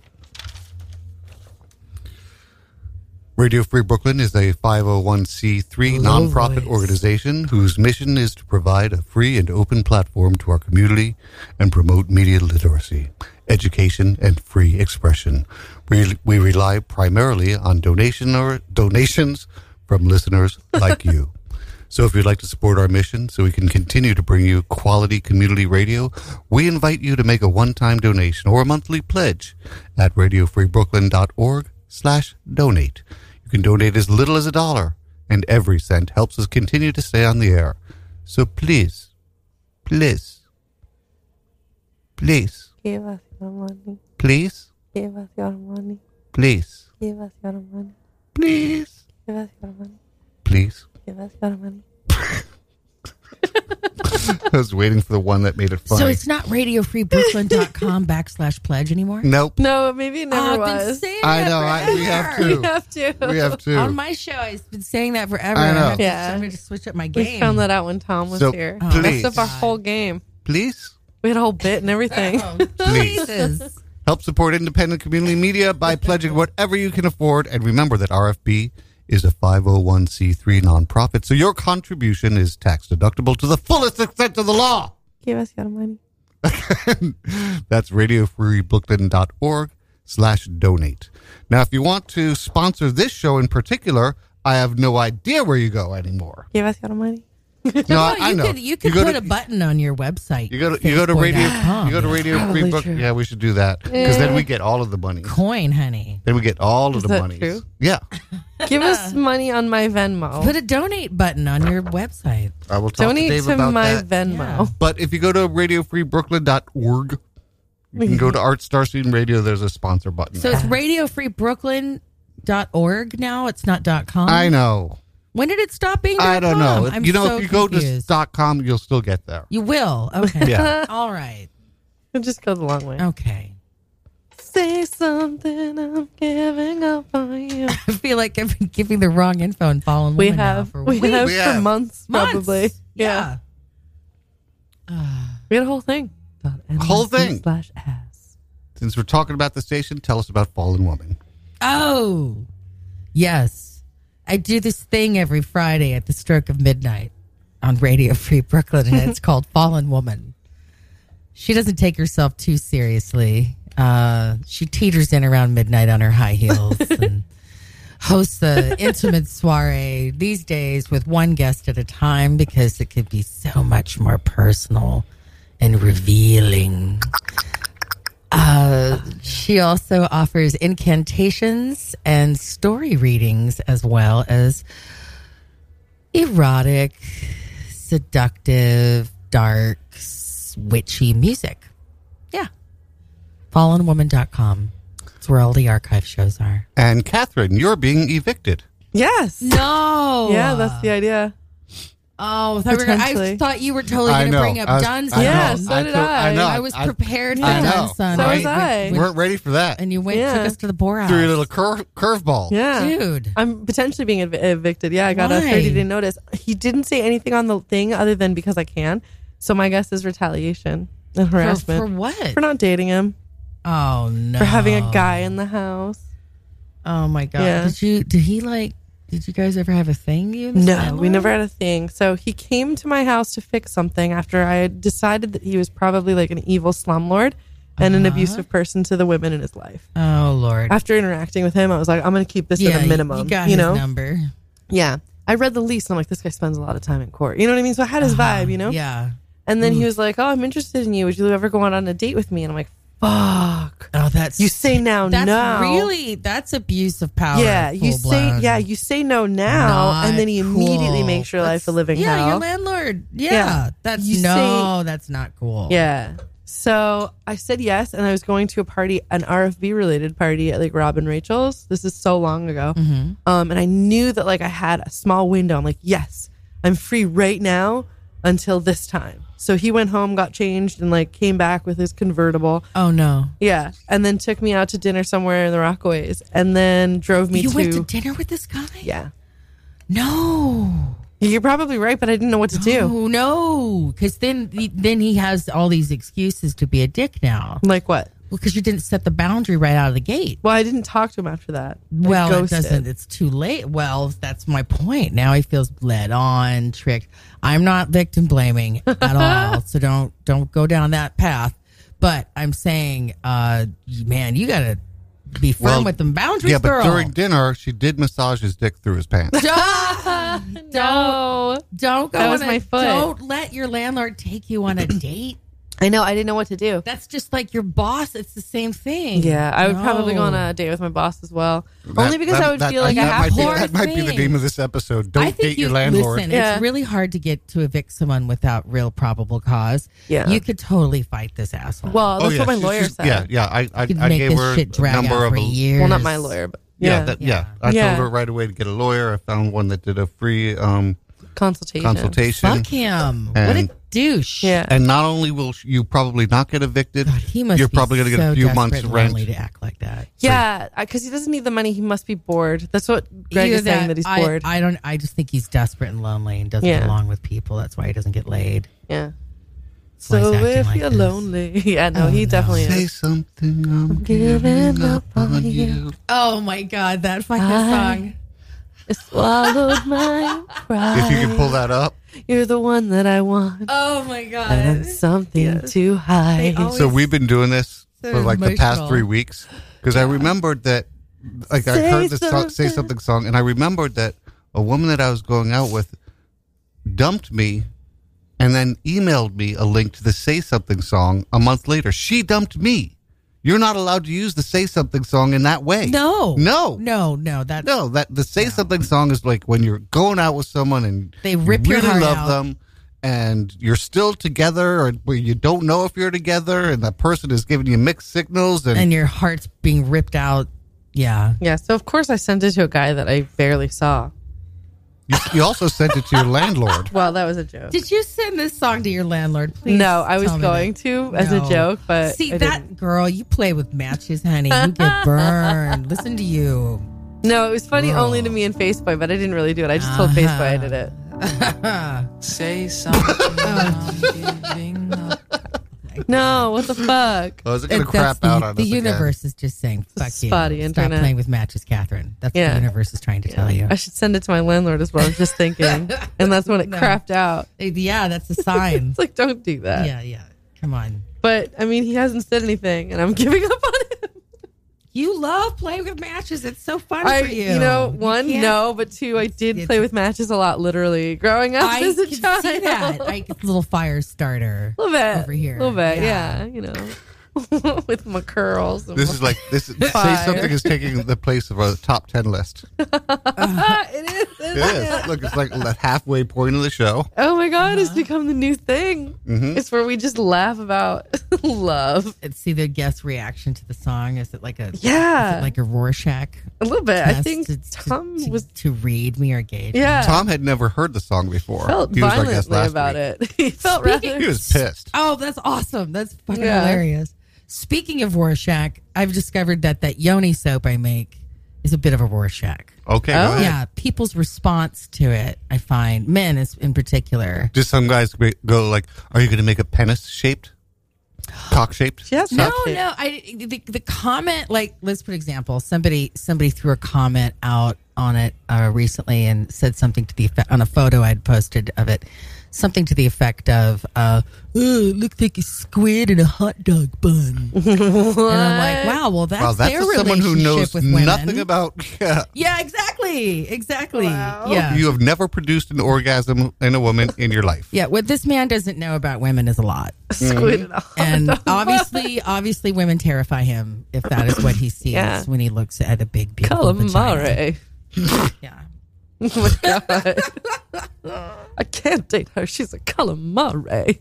A: Radio Free Brooklyn is a 501c3 nonprofit organization whose mission is to provide a free and open platform to our community and promote media literacy, education, and free expression. We, we rely primarily on donation or donations from listeners like you. So if you'd like to support our mission so we can continue to bring you quality community radio, we invite you to make a one-time donation or a monthly pledge at radiofreebrooklyn.org slash donate. You can donate as little as a dollar, and every cent helps us continue to stay on the air. So please, please, please,
B: Give us your money.
A: please,
B: Give us your money.
A: please,
B: Give us your money.
A: please,
B: Give us your money.
A: please. [laughs]
B: Give us your money.
A: I was waiting for the one that made it funny.
C: So it's not
A: [laughs]
C: radiofreebrooklyn.com backslash pledge anymore? [laughs]
A: nope.
B: No, maybe it never
C: Oh, I've been
B: was.
C: saying
A: I
C: that
A: know. I, we have
B: [laughs]
C: forever.
B: You
A: to.
B: have to.
A: We have to.
C: [laughs] On my show, I've been saying that forever.
A: I know.
C: have to-
B: Yeah.
C: I'm going to switch up my
B: We
C: game.
B: found that out when Tom was
A: So,
B: here.
A: please.
B: Messed up our whole game.
A: please.
B: We had a whole bit and everything.
C: Oh.
A: Please. [laughs]
C: Jesus.
A: Help support independent community media by pledging whatever you can afford. And remember that RFB is a 501c3 nonprofit, so your contribution is tax deductible to the fullest extent of the law.
B: [laughs] Give us your money.
A: That's radiofreebrooklyn.org slash donate. Now, if you want to sponsor this show in particular, I have no idea where you go
C: [laughs]
A: anymore.
B: Give us your money.
A: No,
C: Well, you could you could
A: go
C: put
A: to-
C: a button on your website.
A: You go to you go to radio
C: facebook.com.
A: you go to radio free
B: Probably
A: book.
B: true.
A: Yeah, we should do that because then we get all of the money.
C: coin, honey.
A: Then we get all of
B: Is
A: the
B: that
A: money.
B: true?
A: Yeah,
B: Give us money on my Venmo.
C: Put a donate button on your website.
A: I will talk to
B: Donate
A: Dave
B: to
A: about
B: my
A: that.
B: Venmo.
A: But if you go to radiofreebrooklyn.org, you can
C: [laughs]
A: go to Art Star Scene Radio. There's a sponsor button.
C: So it's radiofreebrooklyn.org now. It's not dot .com.
A: I know.
C: when did it stop being
A: I don't
C: .com?
A: know.
C: I'm
A: you know,
C: so
A: if you go to
C: confused.
A: dot .com, you'll still get there. [laughs]
C: You will. Okay.
A: Yeah.
C: All right.
B: [laughs] It just goes a long way.
C: Okay. [laughs]
B: Say something I'm giving up on you.
C: I feel like I've been giving the wrong info and following
B: We
C: women now
B: have,
C: for
B: we have
A: We
B: for
A: have.
B: months,
C: months.
B: probably.
C: Yeah.
B: we had a whole thing.
A: Whole thing.
B: Slash ass.
A: Since we're talking about the station, tell us about Fallen Woman.
C: Oh, yes. I do this thing every Friday at the stroke of midnight on Radio Free Brooklyn, and it's called Fallen Woman. She doesn't take herself too seriously. Uh, she teeters in around midnight on her high heels and hosts a intimate soiree these days with one guest at a time because it could be so much more personal and revealing. Uh, she also offers incantations and story readings as well as erotic, seductive, dark, s- witchy music. Yeah. Fallenwoman.com. It's where all the archive shows are.
A: And Catherine, you're being evicted.
B: Yes.
C: No.
B: Yeah, that's the idea.
C: Oh, I thought, we were gonna- I
B: Potentially.
C: thought you were totally
A: I
C: going to
A: know.
C: bring up
A: I was-
C: Dunn's.
A: I know.
B: Yeah,
C: Yes.
B: so
A: I
B: did
A: told-
B: I.
A: I know.
C: I was
A: I-
C: prepared for
A: I know.
C: Dunn's son.
B: So
A: right?
B: was I.
A: We weren't ready for that.
C: And you went
B: Yeah.
C: took us to the boar house.
A: Threw a little cur- curveball.
B: Yeah.
C: Dude.
B: I'm potentially being ev- evicted. Yeah, I got a
C: Why?
B: 30 day notice. He didn't say anything on the thing other than because I can. So my guess is retaliation and
C: For-
B: harassment
C: For,
B: for,
C: what?
B: not dating him,
C: oh no!
B: for having a guy in the house.
C: Oh my god!
B: Yeah.
C: Did you? Did he like Did you guys ever have a thing? You and
B: No,
C: Sandler?
B: we never had a thing. So he came to my house to fix something after I had decided that he was probably like an evil slumlord and an abusive person to the women in his life.
C: Oh Lord.
B: After interacting with him, I was like, I'm going to keep this at a
C: you-
B: minimum.
C: You got
B: you
C: his
B: know?
C: number.
B: Yeah. I read the lease and I'm like, this guy spends a lot of time in court. You know what I mean? So I had his
C: Uh-huh.
B: vibe, you know?
C: Yeah.
B: And
C: Mm.
B: then he was like, oh, I'm interested in you. Would you ever go out on a date with me? And I'm like, fuck.
C: Oh, that's
B: You say now,
C: [laughs] that's
B: no.
C: really that's abuse of power.
B: Yeah, you
C: full
B: say
C: blown.
B: yeah, you say no now, and
C: Not
B: then he immediately
C: cool.
B: makes your
C: That's-
B: life a living
C: yeah,
B: hell.
C: your landlord. Yeah,
B: Yeah.
C: that's
B: You
C: no, that's not cool.
B: Yeah. So I said yes, and I was going to a party, an RFB related party at like Robin Rachel's. This is so long ago.
C: Mm-hmm.
B: Um, and I knew that like I had a small window. I'm like, yes, I'm free right now until this time. So he went home, got changed, and like came back with his convertible.
C: Oh no,
B: Yeah. And then took me out to dinner somewhere in the Rockaways and then drove me
C: you
B: to.
C: went to dinner with this guy?
B: yeah.
C: No,
B: You're probably right, but I didn't know what to do.
C: oh, no, because then then he has all these excuses to be a dick now.
B: Like what?
C: Well, because you didn't set the boundary right out of the gate.
B: Well, I didn't talk to him after that. I
C: Well, it
B: ghosted.
C: doesn't. It's too late. Well, that's my point. Now he feels led on, tricked. I'm not
A: [laughs]
C: victim blaming at all, so don't don't go down that path. But I'm saying, uh, man, you gotta be firm
A: Well,
C: with them boundaries,
A: yeah, but
C: girl.
A: during dinner, she did massage his dick through his pants.
B: No.
C: don't go.
B: That
C: on
B: was
C: a-
B: my foot.
C: Don't let your landlord take you
A: [clears throat]
C: on a date.
B: I know. I didn't know what to do.
C: That's just like your boss. It's the same thing.
B: Yeah, I would probably go on
C: No.
B: a date with my boss as well.
A: That-
B: Only because
A: that-
B: I would
A: that-
B: feel like I
A: that
B: have
A: might be,
B: to.
C: Lord
A: that might be the
C: thing.
A: name of this episode. Don't date your landlord.
C: Listen,
B: Yeah.
C: it's really hard to get to evict someone without real probable cause.
B: Yeah.
C: You could totally fight this asshole.
B: Well,
A: Oh,
B: that's
A: yeah,
B: what my
A: she's-
B: lawyer
A: she's-
B: said.
A: Yeah, yeah. I, I,
C: you could
A: I
C: make
A: gave her
C: this shit
A: a
C: drag
A: number
C: out
A: of
C: for years.
B: Well, not my lawyer, but
A: Yeah,
B: yeah,
A: that, yeah. I
B: Yeah.
A: told her right away to get a lawyer. I found one that did a free um,
B: consultation.
A: consultation.
C: Fuck him. what
A: And-
C: a douche.
B: Yeah.
A: And not only will sh- you probably not get evicted,
C: God, he must.
A: you're
C: be
A: probably going to get
C: so
A: a few months'
C: desperate and
A: rent.
C: lonely to act like that.
B: Yeah, because he doesn't need the money. He must be bored. That's what Greg
C: Either
B: is saying that he's
C: I-
B: bored.
C: I, don't. I just think he's desperate and lonely and doesn't
B: Yeah.
C: belong with people. That's why he doesn't get laid.
B: yeah.
C: That's why he's
B: So
C: acting
B: if
C: like
B: you're
C: this. Oh,
B: lonely, [laughs] yeah, no, he definitely
A: Say
B: is.
A: something, I'm
B: Giving
A: giving
B: up
A: up
B: on
A: on
B: you.
A: you.
C: Oh my god, that fucking
B: I-
C: song.
B: I swallowed
C: [laughs]
B: my pride.
A: If you can pull that up.
B: You're the one that I want,
C: Oh my
B: and
C: god.
B: something to hide.
C: They always-
A: So we've been doing this
C: So
A: for like the past
C: emotional.
A: three weeks because I remembered that, like I
B: Say
A: heard the song, "Say Something"
B: something.
A: song, and I remembered that a woman that I was going out with dumped me, and then emailed me a link to the "Say Something" song a month later. She dumped me. You're not allowed to use the "Say Something" song in that way.
C: No.
A: no, no.
C: No. No. That's
A: that the "Say Something" song is like when you're going out with someone and
C: They rip
A: you
C: your
A: really
C: heart
A: love
C: out.
A: them and you're still together or where you don't know if you're together and that person is giving you mixed signals and,
C: and your heart's being ripped out. Yeah.
B: yeah, so of course I sent it to a guy that I barely saw.
A: you, you also sent it to your [laughs] landlord
B: Well, that was a joke.
C: Did you send this song to your landlord? Please.
B: No, I was
C: tell me
B: going
C: that.
B: to as a
C: No.
B: joke, but
C: see
B: I
C: that
B: didn't.
C: girl, you play with matches, honey. You
B: [laughs]
C: get burned. Listen to you.
B: No, it was funny only to me and Faceboy, but I didn't really do it. I just told Faceboy I did it.
C: Uh-huh. [laughs]
E: Say something. I'm giving up.
B: No, what the
C: [laughs]
B: fuck?
A: oh, is it going to
C: That- that's
A: crap out
C: the,
A: on
C: the
A: us again?
C: universe is just saying, "Fuck you."
B: spotty
C: Stop
B: internet.
C: playing with matches, Catherine. That's
B: Yeah.
C: what the universe is trying to
B: [laughs]
C: tell you.
B: I should send it to my landlord as well. I was just
C: [laughs]
B: thinking, and that's when it crapped out.
C: Yeah, that's a
B: [laughs]
C: sign.
B: It's like, don't do that.
C: yeah, yeah. Come on.
B: But I mean, he hasn't said anything, and I'm [laughs] giving up on him.
C: You love playing with matches. It's so fun
B: I,
C: for you.
B: you know, one,
C: can't-
B: no, but two, I did
C: It's-
B: play with matches a lot, literally growing up
C: [laughs] I
B: as a
C: can see
B: child. [laughs]
C: that. Like it's a little fire starter.
B: a little bit
C: over here.
B: a little bit, yeah, you know, [laughs] with my curls. and
A: this
B: my-
A: is like this [laughs] say
B: Fire.
A: something is taking the place of our top 10 [laughs] list
B: ah, [laughs] it is. It
A: it
B: is.
A: is look it's like the halfway point of the show
B: Oh my God,
C: Uh-huh.
B: it's become the new thing. It's where we just laugh about [laughs] love.
C: It's see the guest reaction to the song. Is it like a
B: Yeah.
C: is it like a Rorschach?
B: A little bit. I
C: test
B: think Tom
C: to,
B: was,
C: to read me or gauge. me?
B: yeah,
A: tom had never heard the song before
B: felt
A: he was like
B: violently
A: this last
B: about
A: week.
B: it. [laughs] he felt rather.
A: he was pissed
C: Oh, that's awesome. That's fucking
B: Yeah.
C: hilarious. Speaking of Rorschach, I've discovered that that yoni soap I make is a bit of a Rorschach.
A: okay
B: Oh.
A: go ahead.
C: Yeah, people's response to it, I find men is in particular.
A: just some guys go like are you going to make a penis shaped cock shaped
B: Yes,
C: No, no. I the, the comment like let's put example. Somebody somebody threw a comment out on it uh, recently and said something to the effect on a photo I'd posted of it, something to the effect of, uh, "Oh, it looks like a squid in a hot dog
A: [laughs]
C: bun." And I'm like, wow, well, that's,
A: Wow, that's
C: their
A: just
C: relationship
A: someone who knows
C: with women.
A: nothing about. Yeah.
C: yeah, exactly, exactly. Yeah,
A: You have never produced an orgasm in a woman in your
C: [laughs]
A: life.
C: yeah. What this man doesn't know about women is a lot,
B: Squid
A: Mm-hmm.
B: and all. [laughs]
C: and obviously, obviously, women terrify him if that is what he sees
B: Yeah.
C: when he looks at a big, beautiful vagina.
B: Calamari.
C: Yeah.
B: Oh my god. I can't date her. She's a calamari.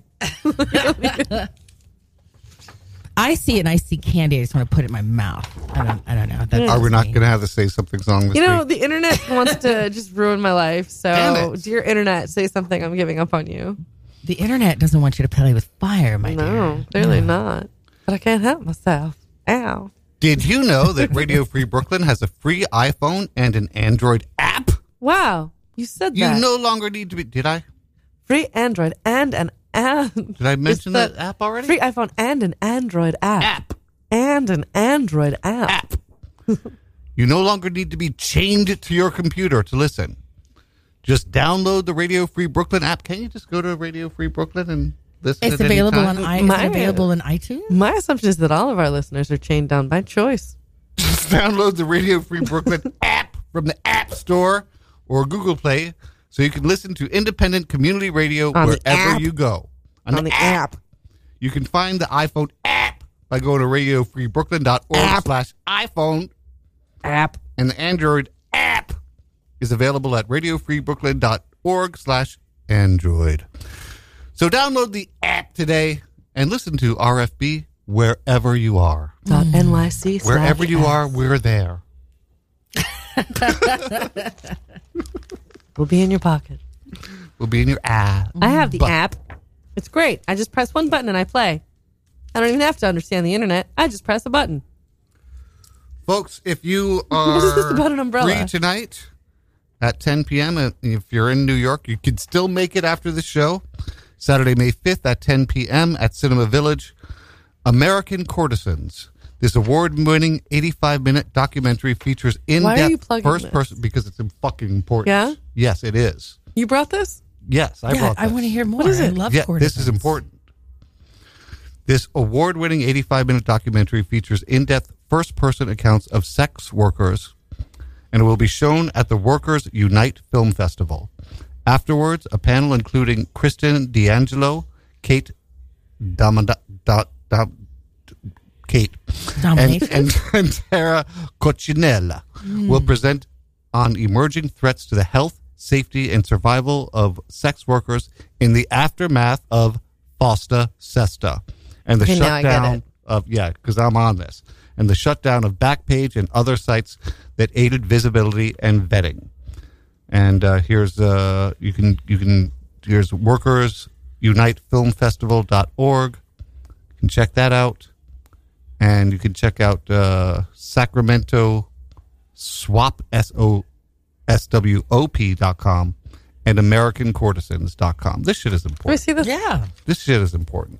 C: I see it and I see candy. I just want to put it in my mouth. I don't, I don't know. That's
A: Are we
C: just
A: not
C: me.
A: going to have the say something song this
B: You know,
A: week?
B: the internet
A: [laughs]
B: wants to just ruin my life.
A: Damn
B: So,
A: it.
B: dear internet, say something. I'm giving up on you.
C: The internet doesn't want you to play with fire, my
B: No,
C: dear.
B: clearly not. But I can't help myself. Ow.
A: Did you know that Radio Free Brooklyn has a free iPhone and an Android app?
B: Wow. You said
A: You
B: that.
A: no longer need to be. Did I?
B: free Android and an and.
A: Did I mention
B: the
A: that app already?
B: Free iPhone and an Android app. App. And an Android app.
A: app. you no longer need to be chained to your computer to listen. Just download the Radio Free Brooklyn app. Can you just go to Radio Free Brooklyn and listen?
C: It's
A: at any
C: available on
A: time?
C: i- is
B: My-
C: it available in iTunes.
B: My assumption is that all of our listeners are chained down by choice.
A: [laughs] Just download the Radio Free
C: [laughs]
A: Brooklyn app from the App Store or Google Play, so you can listen to independent community radio
B: On the
A: wherever
B: app.
A: you go.
B: On the app.
A: you can find the iPhone app by going to radiofreebrooklyn.org slash iPhone
B: App.
A: and the Android app is available at radiofreebrooklyn.org slash Android. So download the app today and listen to RFB wherever you are.
B: Dot NYC. slash
A: Wherever you are, we're there.
B: will be in your pocket.
A: We'll be in your app.
B: I have the
A: But-
B: app. It's great. I just press one button and I play. I don't even have to understand the internet. I just press a button.
A: Folks, if you are
B: is [laughs] this about an umbrella?
A: free tonight at 10 p.m., and uh, if you're in New York, you could still make it after the show. Saturday, May 5th at 10 p.m. at Cinema Village, American Courtesans. This award-winning 85-minute documentary features
B: Why are you
A: in-depth
B: plugging
A: first
B: this?
A: person because it's fucking important.
B: Yeah?
A: Yes, it is.
B: You brought this?
A: Yes, I
C: yeah,
A: brought
C: I
A: this.
C: want to hear more.
B: is
C: I
B: it?
C: love
A: Yeah,
C: courtesans.
A: this is important. This award winning 85 minute documentary features in depth first person accounts of sex workers and will be shown at the Workers Unite Film Festival. Afterwards, a panel including Kristen D'Angelo, Kate Damada, da, da, Kate, and,
C: Domination?
A: and, [laughs] and Tara Cochinella
B: Hmm.
A: will present on emerging threats to the health, safety, and survival of sex workers in the aftermath of FOSTA SESTA and the
B: Okay, now I get
A: shutdown
B: it.
A: of, yeah, because I'm on this, and the shutdown of Backpage and other sites that aided visibility and vetting. And uh, here's uh, you can you can here's workersunitefilmfestival.org. You can check that out and you can check out uh, Sacramento Swap S O S W O P dot com and AmericanCourtesans.com. This shit is
B: Let me
A: important.
B: see this.
C: Yeah.
A: This shit is important.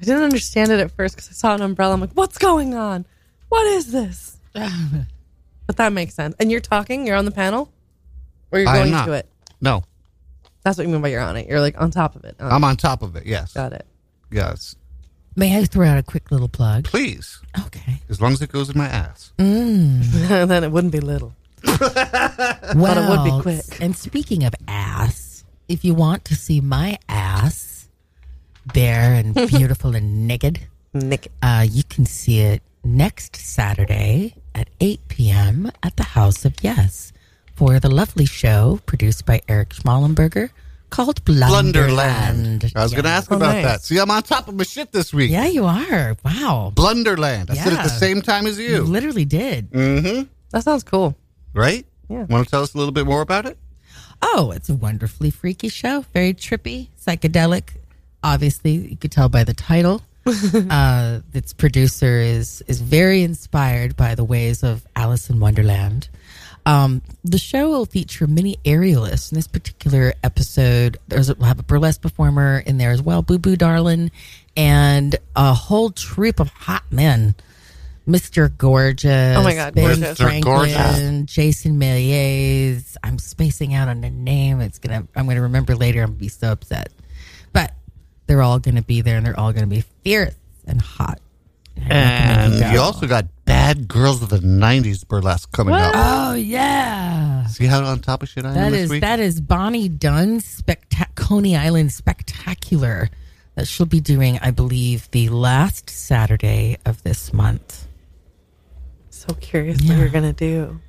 B: I didn't understand it at first because I saw an umbrella. I'm like, what's going on? What is
A: [laughs]
B: this? but that makes sense. And you're talking, you're on the panel, or you're
A: I am
B: going
A: not.
B: to it.
A: No,
B: That's what you mean by you're on it. You're like on top of it. On it.
A: I'm on top of it. Yes,
B: Got it. [laughs]
A: yes.
C: May I throw out a quick little plug?
A: Please,
C: Okay.
A: as long as it goes in my ass.
B: then it wouldn't be little.
C: Well,
B: it would be quick.
C: And speaking of ass, if you want to see my ass
B: [laughs]
C: bare and beautiful and naked,
B: Nick.
C: uh, you can see it next Saturday at 8 p.m. at the House of Yes for the lovely show produced by Eric Schmallenberger called Blunderland.
A: Blunderland. I was going to ask
B: Oh,
A: about
B: nice.
A: that. See, I'm on top of my shit this week.
C: Yeah, you are. Wow.
A: Blunderland. I said it at the
C: Yeah.
A: same time as
C: You
A: you,
C: literally did.
B: That sounds cool.
A: right?
B: Yeah.
A: Want to tell us a little bit more about it?
C: Oh, it's a wonderfully freaky show. Very trippy, psychedelic. Obviously, you could tell by the title. uh, its producer is is very inspired by the ways of Alice in Wonderland. Um, the show will feature many aerialists. In this particular episode, there's we'll have a burlesque performer in there as well, Boo Boo Darlin, and a whole troop of hot men Mr. Gorgeous.
B: Oh my God,
C: Ben
A: Mr.
C: Franklin,
A: Gorgeous.
C: Jason Melies. I'm spacing out on the name. It's gonna. I'm gonna remember later. I'm gonna be so upset. But they're all gonna be there, and they're all gonna be fierce and hot.
A: And you also got Bad Girls of the 90s burlesque coming up.
C: Oh yeah,
A: See how on top of shit I am
C: that
A: this
C: is
A: week?
C: that is Bonnie Dunn's spectac- Coney Island spectacular that she'll be doing, I believe, the last Saturday of this month.
B: So curious what you're gonna do.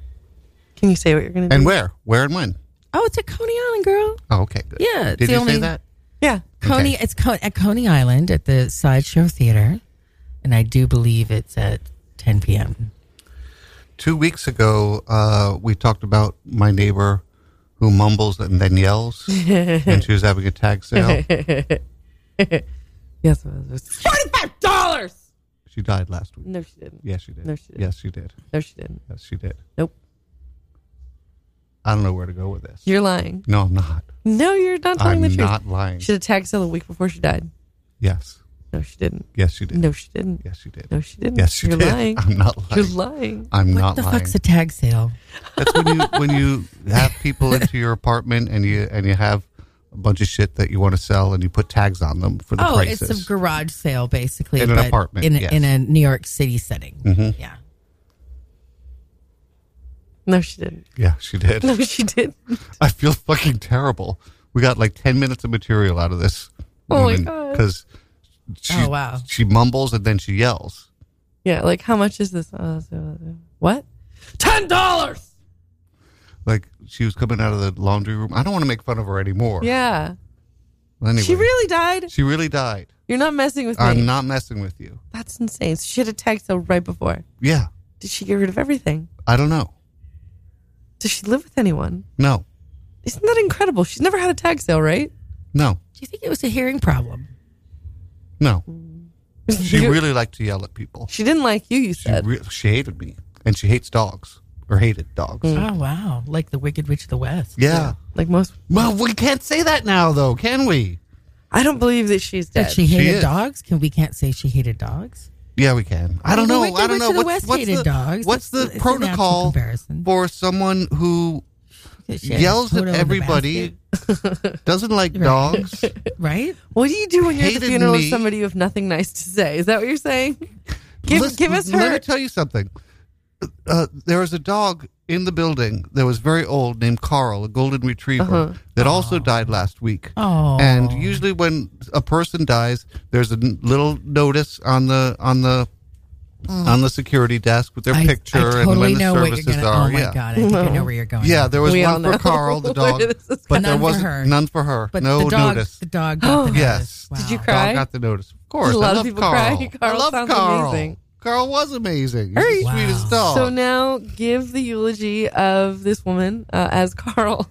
B: Can you say what you're gonna do?
A: and where? Where and when?
C: Oh, it's at Coney Island, girl.
A: Oh, okay. Good.
C: Yeah,
A: Did
C: it's the
A: you say
C: only-
A: that?
B: yeah. [laughs]
C: Coney, it's Co- at Coney Island at the Sideshow Theater, and I do believe it's at 10 p.m.
A: Two weeks ago, uh, we talked about my neighbor who mumbles and then
C: [laughs]
A: yells, and she was having a tag sale.
B: Yes. it was- it was- Forty-five dollars.
A: She died last week.
B: No, she didn't.
A: Yes, she did.
B: No, she didn't.
A: Yes, she did.
B: No, she didn't.
A: Yes, she did.
B: Nope.
A: I don't know where to go with this.
B: You're lying.
A: no, I'm not.
B: No, you're not telling
A: I'm
B: the truth.
A: not lying.
B: She had a tag sale the week before she died.
A: yes.
B: No, she didn't.
A: Yes, she did.
B: No, she didn't.
A: Yes, she did.
B: No, she didn't.
A: Yes, she
B: you're
A: did.
B: lying.
A: I'm not lying.
B: You're lying.
A: I'm
C: what
A: not
C: the
A: lying.
C: fuck's a tag sale?
A: That's when you when you have people into your apartment and you and you have a bunch of shit that you want to sell and you put tags on them for the
C: oh,
A: prices.
C: it's a garage sale, basically.
A: In an
C: but
A: apartment,
C: In, a-
A: yes. Mm-hmm.
C: in a New York City setting. Yeah.
B: No, she didn't. [laughs]
A: yeah, she did.
B: No, she didn't.
A: I feel fucking terrible. We got like ten minutes of material out of this.
B: Oh my God.
A: Because she,
C: Oh, wow.
A: she mumbles and then she yells.
B: Yeah, like how much is this? Uh, so- what? Ten dollars.
A: Like she was coming out of the laundry room. I don't want to make fun of her anymore.
B: Yeah.
A: Anyway,
B: She really died.
A: she really died.
B: You're not messing with me.
A: I'm not messing with you.
B: That's insane. So she had a tag sale right before.
A: Yeah,
B: Did she get rid of everything?
A: I don't know.
B: Does she live with anyone?
A: No,
B: Isn't that incredible? She's never had a tag sale, right?
A: no,
C: Do you think it was a hearing problem?
A: no.
C: Mm.
A: She
B: You-
A: really liked to yell at people.
B: She didn't like you. You
A: She,
B: said.
A: re- she hated me, and she hates dogs or hated dogs.
C: Oh, wow. Like the Wicked Witch of the West.
A: Yeah.
B: like most.
A: Well, we can't say that now, though, can we?
B: I don't believe that she's dead.
C: That she
A: She
C: hated
A: is.
C: dogs? Can we can't say she hated dogs?
A: Yeah, we can. I don't
C: Well,
A: know.
C: the Wicked
A: I don't
C: Witch
A: know
C: of the
A: what's,
C: West
A: what's
C: hated
A: the
C: dogs.
A: what's
C: It's-
A: the
C: it's a natural
A: protocol
C: comparison.
A: for someone who
C: She had
A: yells
C: Toto
A: at
C: in the
A: everybody, [laughs] doesn't
C: [laughs]
A: like dogs,
C: basket, right?
B: what do you do when you're at the
A: hated
B: funeral
A: me.
B: of somebody you have nothing nice to say? Is that what you're saying? Give,
A: Listen,
B: give us
A: Let me
B: her.
A: tell you something. Uh, there was a dog in the building that was very old named Carl, a golden retriever,
B: Uh-huh.
A: that also died last week.
C: Oh.
A: And usually, when a person dies, there's a n- little notice on the on the
B: Hmm.
A: on the security desk with their
C: I,
A: picture
C: I
A: and
C: totally
A: when the
C: know what you're
A: services
C: gonna.
A: are.
C: oh my
A: yeah.
C: god! I think I know where you're going.
A: Yeah, there was
B: We all
A: one for
B: know
A: Carl
B: [laughs]
A: the dog,
B: where this is
A: but
B: going.
A: there
C: None for
A: wasn't
C: her.
A: none for her.
C: but
A: no
C: the dog,
A: notice. [gasps]
C: The dog. Got the
A: Yes.
C: Notice.
B: Did you
C: Wow.
B: cry?
A: Dog got the notice. Of course,
B: Did a lot
A: I
B: of
A: love
B: people
A: Carl.
B: cry?
A: I
B: Carl
A: love
B: sounds
A: Carl.
B: amazing.
A: Carl was amazing. He's the
B: Right.
A: sweetest
C: Wow.
A: dog.
B: So now give the eulogy of this woman uh, as Carl.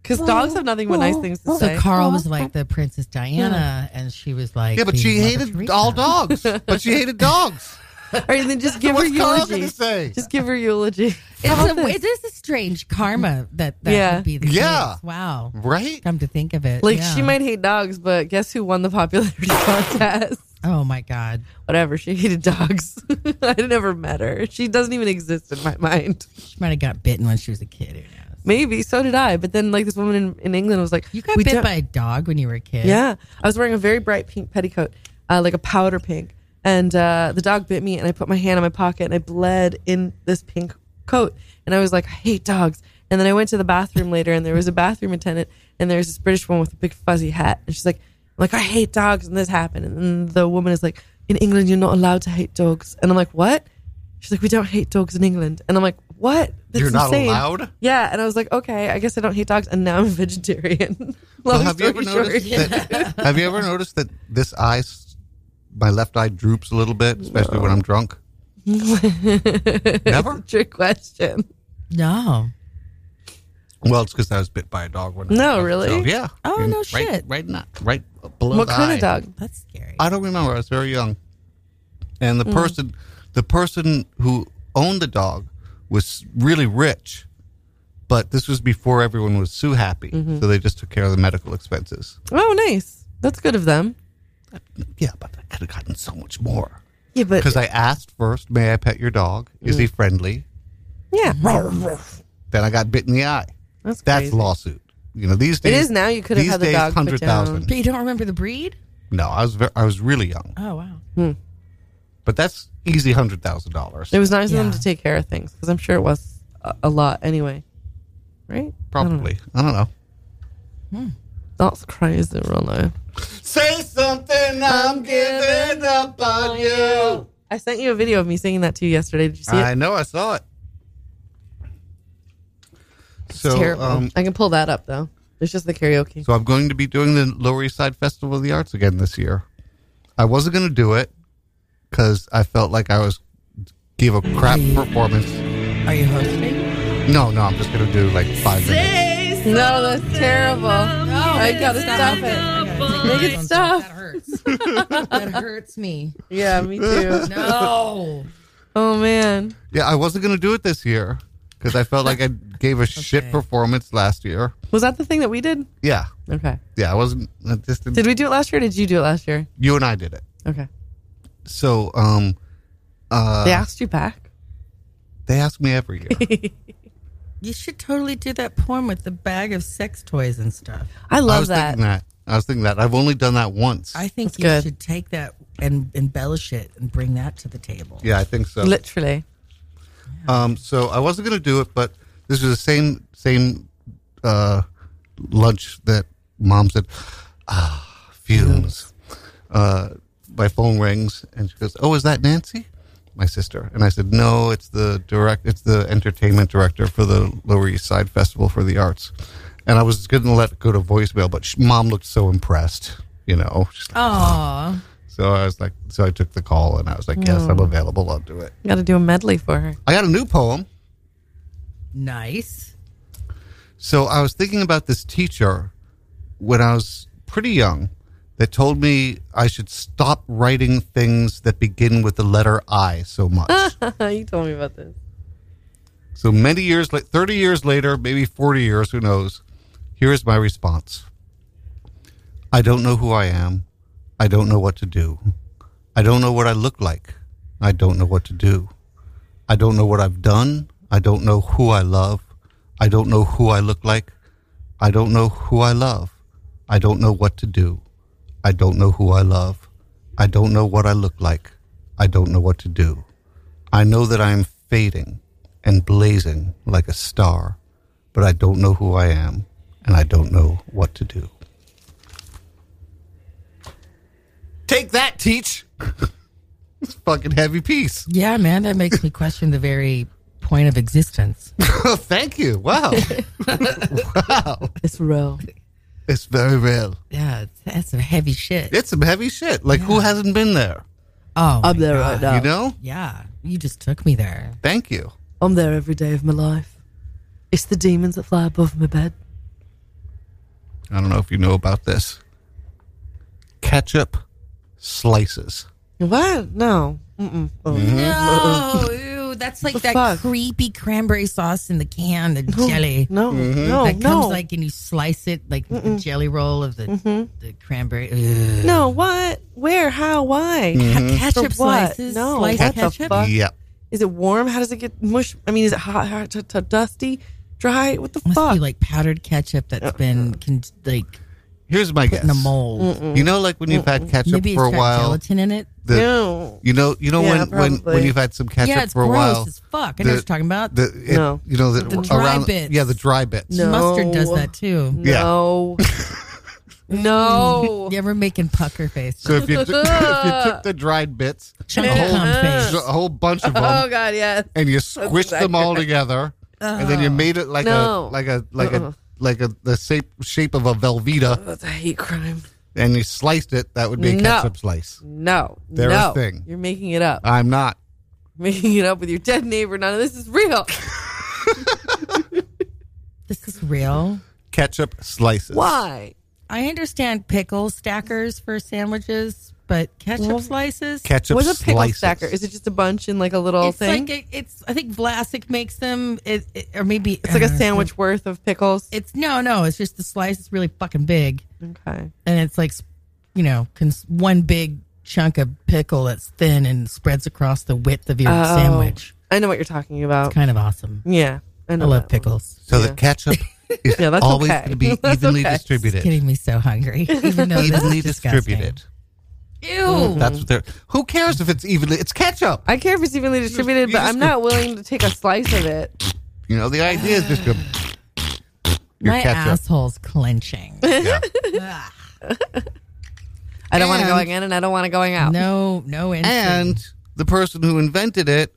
B: Because dogs have nothing but nice things to
C: So
B: say.
C: Carl was like the Princess Diana, and she was like,
A: yeah, but
C: the
A: she
C: Mother
A: hated
C: Teresa.
A: all dogs. But she hated dogs.
B: All right, then just [laughs] give her
A: What's Carl
B: eulogy.
A: going to say?
B: Just give her eulogy.
C: It's a, it is a strange karma that that
B: Yeah.
C: would be the
A: Yeah.
C: case. Wow.
A: Right?
C: Come to think of it,
B: Like
C: yeah.
B: she might hate dogs, but guess who won the popularity [laughs] contest?
C: Oh my god.
B: Whatever, she hated dogs. [laughs] I never met her. She doesn't even exist in my mind.
C: She might have got bitten when she was a kid. Who knows?
B: Maybe so did I. But then, like this woman in, in England was like,
C: You got
B: "We
C: bit
B: don't-
C: by a dog when you were a kid.
B: Yeah, I was wearing a very bright pink petticoat, uh, like a powder pink, and uh, the dog bit me, and I put my hand in my pocket, and I bled in this pink coat, and I was like, I hate dogs. And then I went to the bathroom later, and there was a bathroom attendant, and there's this British woman with a big fuzzy hat, and she's like, I'm like I hate dogs, and this happened, and then the woman is like, in England you're not allowed to hate dogs, and I'm like, what? She's like, we don't hate dogs in England, and I'm like, what? That's
A: You're not allowed?
B: Yeah, and I was like, okay, I guess I don't hate dogs, and now I'm a vegetarian. [laughs] Long
A: Well, have you ever
B: story short.
A: noticed?
B: [laughs]
A: That, have you ever noticed that this eye, s- my left eye, droops a little bit, especially when I'm drunk? Never.
B: trick question.
C: No.
A: Well, it's because I was bit by a dog when. I
B: No,
A: was
B: really?
A: twelve. Yeah.
C: Oh, no
A: right,
C: shit.
A: Right, not right below.
B: what
A: the
B: kind
A: eye.
B: of dog?
C: That's scary.
A: I don't remember. I was very young, and the
B: Mm.
A: person, the person who owned the dog, was really rich, but this was before everyone was so happy,
B: Mm-hmm.
A: so they just took care of the medical expenses.
B: Oh, nice. That's good of them.
A: Yeah, but I could have gotten so much more.
B: Yeah, but
A: because I asked first, "May I pet your dog? Is
B: Mm.
A: he friendly?"
B: yeah,
A: Then I got bit in the eye.
B: That's crazy.
A: lawsuit. You know these days.
B: is now. You could have
A: these
B: had the
A: days,
B: dog put
A: hundred thousand.
C: But you don't remember the breed?
A: No, I was ver- I was really young,
C: Oh wow.
A: but that's easy hundred thousand dollars.
B: it was nice of them
C: Yeah.
B: to take care of things because I'm sure it was a, a lot anyway, right?
A: Probably. I don't know.
B: That's crazy, Rollo.
A: Say something. I'm giving up on you.
B: I sent you a video of me singing that to you yesterday. Did you see it?
A: I know. I saw it. So,
B: terrible.
A: um,
B: I can pull that up though. It's just the karaoke.
A: so I'm going to be doing the Lower East Side Festival of the Arts again this year. I wasn't going to do it because I felt like I was gave a crap performance.
C: Are you hosting?
A: No, no, I'm just going to do like five minutes.
B: No, that's terrible. I gotta stop it. Make it stop.
C: That [laughs] hurts. that hurts me.
B: Yeah, me too.
A: [laughs]
C: No.
B: Oh man.
A: Yeah, I wasn't going to do it this year because I felt like I gave a
B: [laughs]
A: shit
C: Okay.
A: performance last year.
B: Was that the thing that we did?
A: Yeah,
B: Okay.
A: yeah, I wasn't. I just didn't,
B: Did we do it last year or did you do it last year?
A: you and I did it.
B: Okay.
A: So, um, uh,
B: They asked you back.
A: they ask me every year.
C: You should totally do that porn with the bag of sex toys and stuff.
B: I
A: I
B: love
A: was
B: that.
A: thinking that. I was thinking that. I've only done that once.
C: I think
B: That's
C: you
B: good.
C: should take that and embellish it and bring that to the table.
A: yeah, I think so.
B: Literally.
A: Um, so I wasn't going to do it, but this was the same same uh, lunch that mom said. Ah, fumes. Uh, my phone rings, and she goes, "Oh, is that Nancy?" My sister and I said, "No, it's the direct. It's the entertainment director for the Lower East Side Festival for the Arts." And I was going to let it go to voicemail, but she, mom looked so impressed. You know, She's like- "Ah."
C: Aw.
A: so I was like, so I took the call, and I was like, "Yes, I'm available. I'll do it."
B: Gotta do a medley for her.
A: I got a new poem.
C: Nice.
A: So I was thinking about this teacher when I was pretty young that told me I should stop writing things that begin with the letter I so much.
B: [laughs] you told me about this.
A: so many years, like 30 years later, maybe 40 years, who knows? Here is my response I don't know who I am. I don't know what to do. I don't know what I look like. I don't know what to do. I don't know what I've done. I don't know who I love. I don't know who I look like. I don't know who I love. I don't know what to do. I don't know who I love. I don't know what I look like. I don't know what to do. I know that I am fading and blazing like a star, but I don't know who I am and I don't know what to do. Take that, teach. [laughs] it's a fucking heavy piece. [laughs]
C: Yeah, man, that makes me question the very point of existence.
A: Thank you. [laughs] Wow.
B: It's real.
A: it's very real.
C: Yeah, it's- that's some heavy shit.
A: It's some heavy shit. Like, who hasn't been there?
C: oh,
B: I'm
C: my
B: there
C: God.
B: right now.
A: You know?
C: Yeah, you just took me there.
A: Thank you.
B: I'm there every day of my life. It's the demons that fly above my bed.
A: I don't know if you know about this. Ketchup slices.
B: What? No. Mm-mm. Oh.
C: Mm-hmm.
A: [laughs]
C: No, ew, that's like
B: The
C: that
B: fuck?
C: creepy cranberry sauce in the can, the jelly.
B: No. No.
C: that
B: no.
C: comes like and you slice it like the jelly roll of the
B: Mm-hmm.
C: the cranberry. Ugh.
B: no. What? Where? How? Why?
C: Ca- ketchup
B: For what?
C: slices,
B: No,
C: sliced
B: what the
C: ketchup.
B: fuck?
A: Yep.
B: Is it warm? How does it get mush? I mean, is it hot, hot t- t- dusty, dry? What the
C: Must
B: fuck?
C: be like powdered ketchup that's been con- like
A: Here's my
C: put
A: guess.
C: in a mold.
A: You know, like when you've had ketchup
C: Maybe it's
A: for a
C: got
A: while.
C: gelatin in it.
A: the-
B: no.
A: You know, you know
B: Yeah,
A: when, when when
B: probably.
A: you've had some ketchup
C: yeah, it's
A: for a
C: gross
A: while.
C: as fuck. I know
A: the-
C: what you're talking about.
A: The, it-
B: No.
A: you know that
C: The dry
A: around,
C: bits.
A: Yeah, the dry bits.
B: No.
C: Mustard does that too.
A: Yeah.
B: No. no.
C: You ever making pucker face?
A: So if you, took, [laughs] if you took the dried bits,
C: Chunky
A: a whole,
C: cum face.
A: a whole bunch of them,
B: Oh God, yes.
A: and you squished them all together, and then you made it like
B: No.
A: a like a like
B: Uh-uh.
A: a like a the shape shape of a Velveeta,
B: That's a hate crime.
A: and you sliced it. That would be a
B: No.
A: ketchup slice.
B: No.
A: They're a
B: no.
A: thing.
B: You're making it up.
A: I'm not.
B: making it up with your dead neighbor. None of this is real.
C: This is real.
A: Ketchup slices.
B: Why?
C: I understand pickle stackers for sandwiches, but ketchup slices.
A: Ketchup
B: What's a pickle
A: slices.
B: stacker? Is it just a bunch in like a little
C: it's
B: thing?
C: like a, it's. I think Vlasic makes them, it, it- or maybe
B: it's like
C: [laughs]
B: a sandwich worth of pickles.
C: It's no, no. It's just the slice is really fucking big,
B: okay.
C: and it's like, you know, cons- one big chunk of pickle that's thin and spreads across the width of your
B: Oh,
C: sandwich.
B: I know what you're talking about.
C: Kind of awesome.
B: yeah, I
C: I
B: know. that
C: love
B: one.
C: pickles.
A: So
B: Yeah.
A: the
B: [laughs]
A: ketchup is
B: Yeah, that's
A: always
B: okay.
A: going to be
B: [laughs] That's
A: evenly
B: okay.
A: distributed.
C: Getting me
B: [laughs]
C: so hungry. Even though
A: Evenly
C: this is disgusting.
A: distributed.
C: Ew.
A: That's
B: Mm.
A: what they're. Who cares if it's evenly? It's ketchup.
B: I care if it's evenly distributed,
A: you
B: but
A: just
B: I'm
A: go-
B: not willing to take a slice of it.
A: You know, the idea is just
B: [sighs]
A: go. Your
C: My
A: ketchup.
C: asshole's [laughs] clenching.
A: Yeah.
B: I don't want to
A: And-
B: going in, and I don't want to going out.
C: no, no entry.
A: and the person who invented it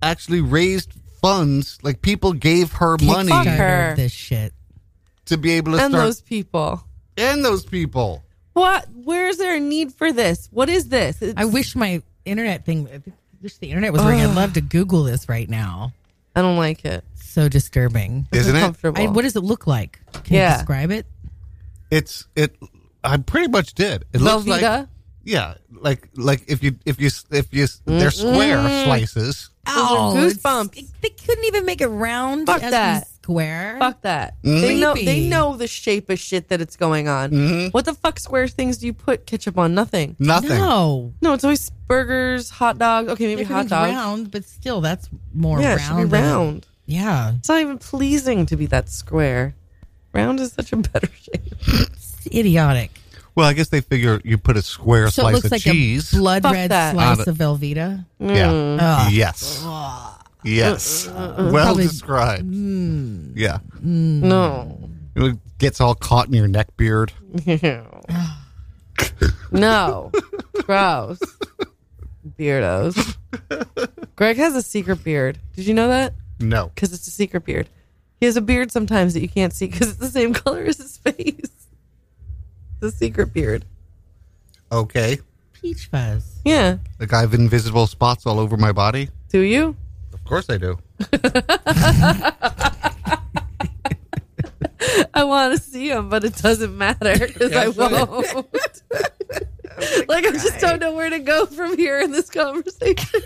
A: actually raised funds. Like people gave her money
B: Fuck
C: Kickstarter
B: her.
C: of this shit.
A: to be able to
B: and
A: start.
B: those people.
A: and those people.
B: What? Where is there a need for this? What is this? It's-
C: I wish my internet thing. I wish the internet was working. I'd love to Google this right now.
B: I don't like it.
C: So disturbing.
B: It's
A: Isn't it?
B: uncomfortable.
C: I, what does it look like? Can
B: Yeah.
C: you describe it?
A: It's it. I pretty much did. It looks like
B: Velveeta?
A: yeah, like like if you if you if you they're square slices.
B: are
C: Oh, it's-
B: goosebumps.
C: it- they couldn't even make it round.
B: Fuck
C: as in
B: that.
C: square.
B: Fuck that. They know.
C: Creepy.
B: They know the shape of shit that it's going on. What the fuck square things do you put ketchup on? Nothing.
A: Nothing.
C: No,
B: No, it's always burgers, hot dogs. Okay, maybe hot
C: everything's
B: dogs.
C: round, but still, that's more
B: Yeah, it should be
C: round. than-
B: round.
C: Yeah,
B: It's not even pleasing to be that square. Round is such a better [laughs] shape.
C: it's idiotic.
A: Well, I guess they figure you put a square
C: So it
A: slice
C: looks
A: of
C: like
A: cheese.
C: a blood
B: Fuck
C: red
B: that.
A: Out
C: slice
A: of- Mm-hmm.
C: of Velveeta. Oh,
A: yeah.
C: Ugh.
A: Yes. Yes. well described.
C: Mm.
A: Yeah.
C: [laughs]
B: No.
A: It gets all caught in your neck beard.
B: no. Gross.
C: [laughs]
B: Beardos. Greg has a secret beard. Did you know that?
A: No.
B: Because it's a secret beard. He has a beard sometimes that you can't see because it's the same [laughs] color as his face. It's a secret beard.
A: Okay.
C: Peach fuzz.
B: Yeah.
A: Like I have invisible spots all over my body.
B: Do you?
A: Of course I do.
B: I want to see him, but it doesn't matter because I won't. [laughs] like I just don't know where to go from here in this conversation.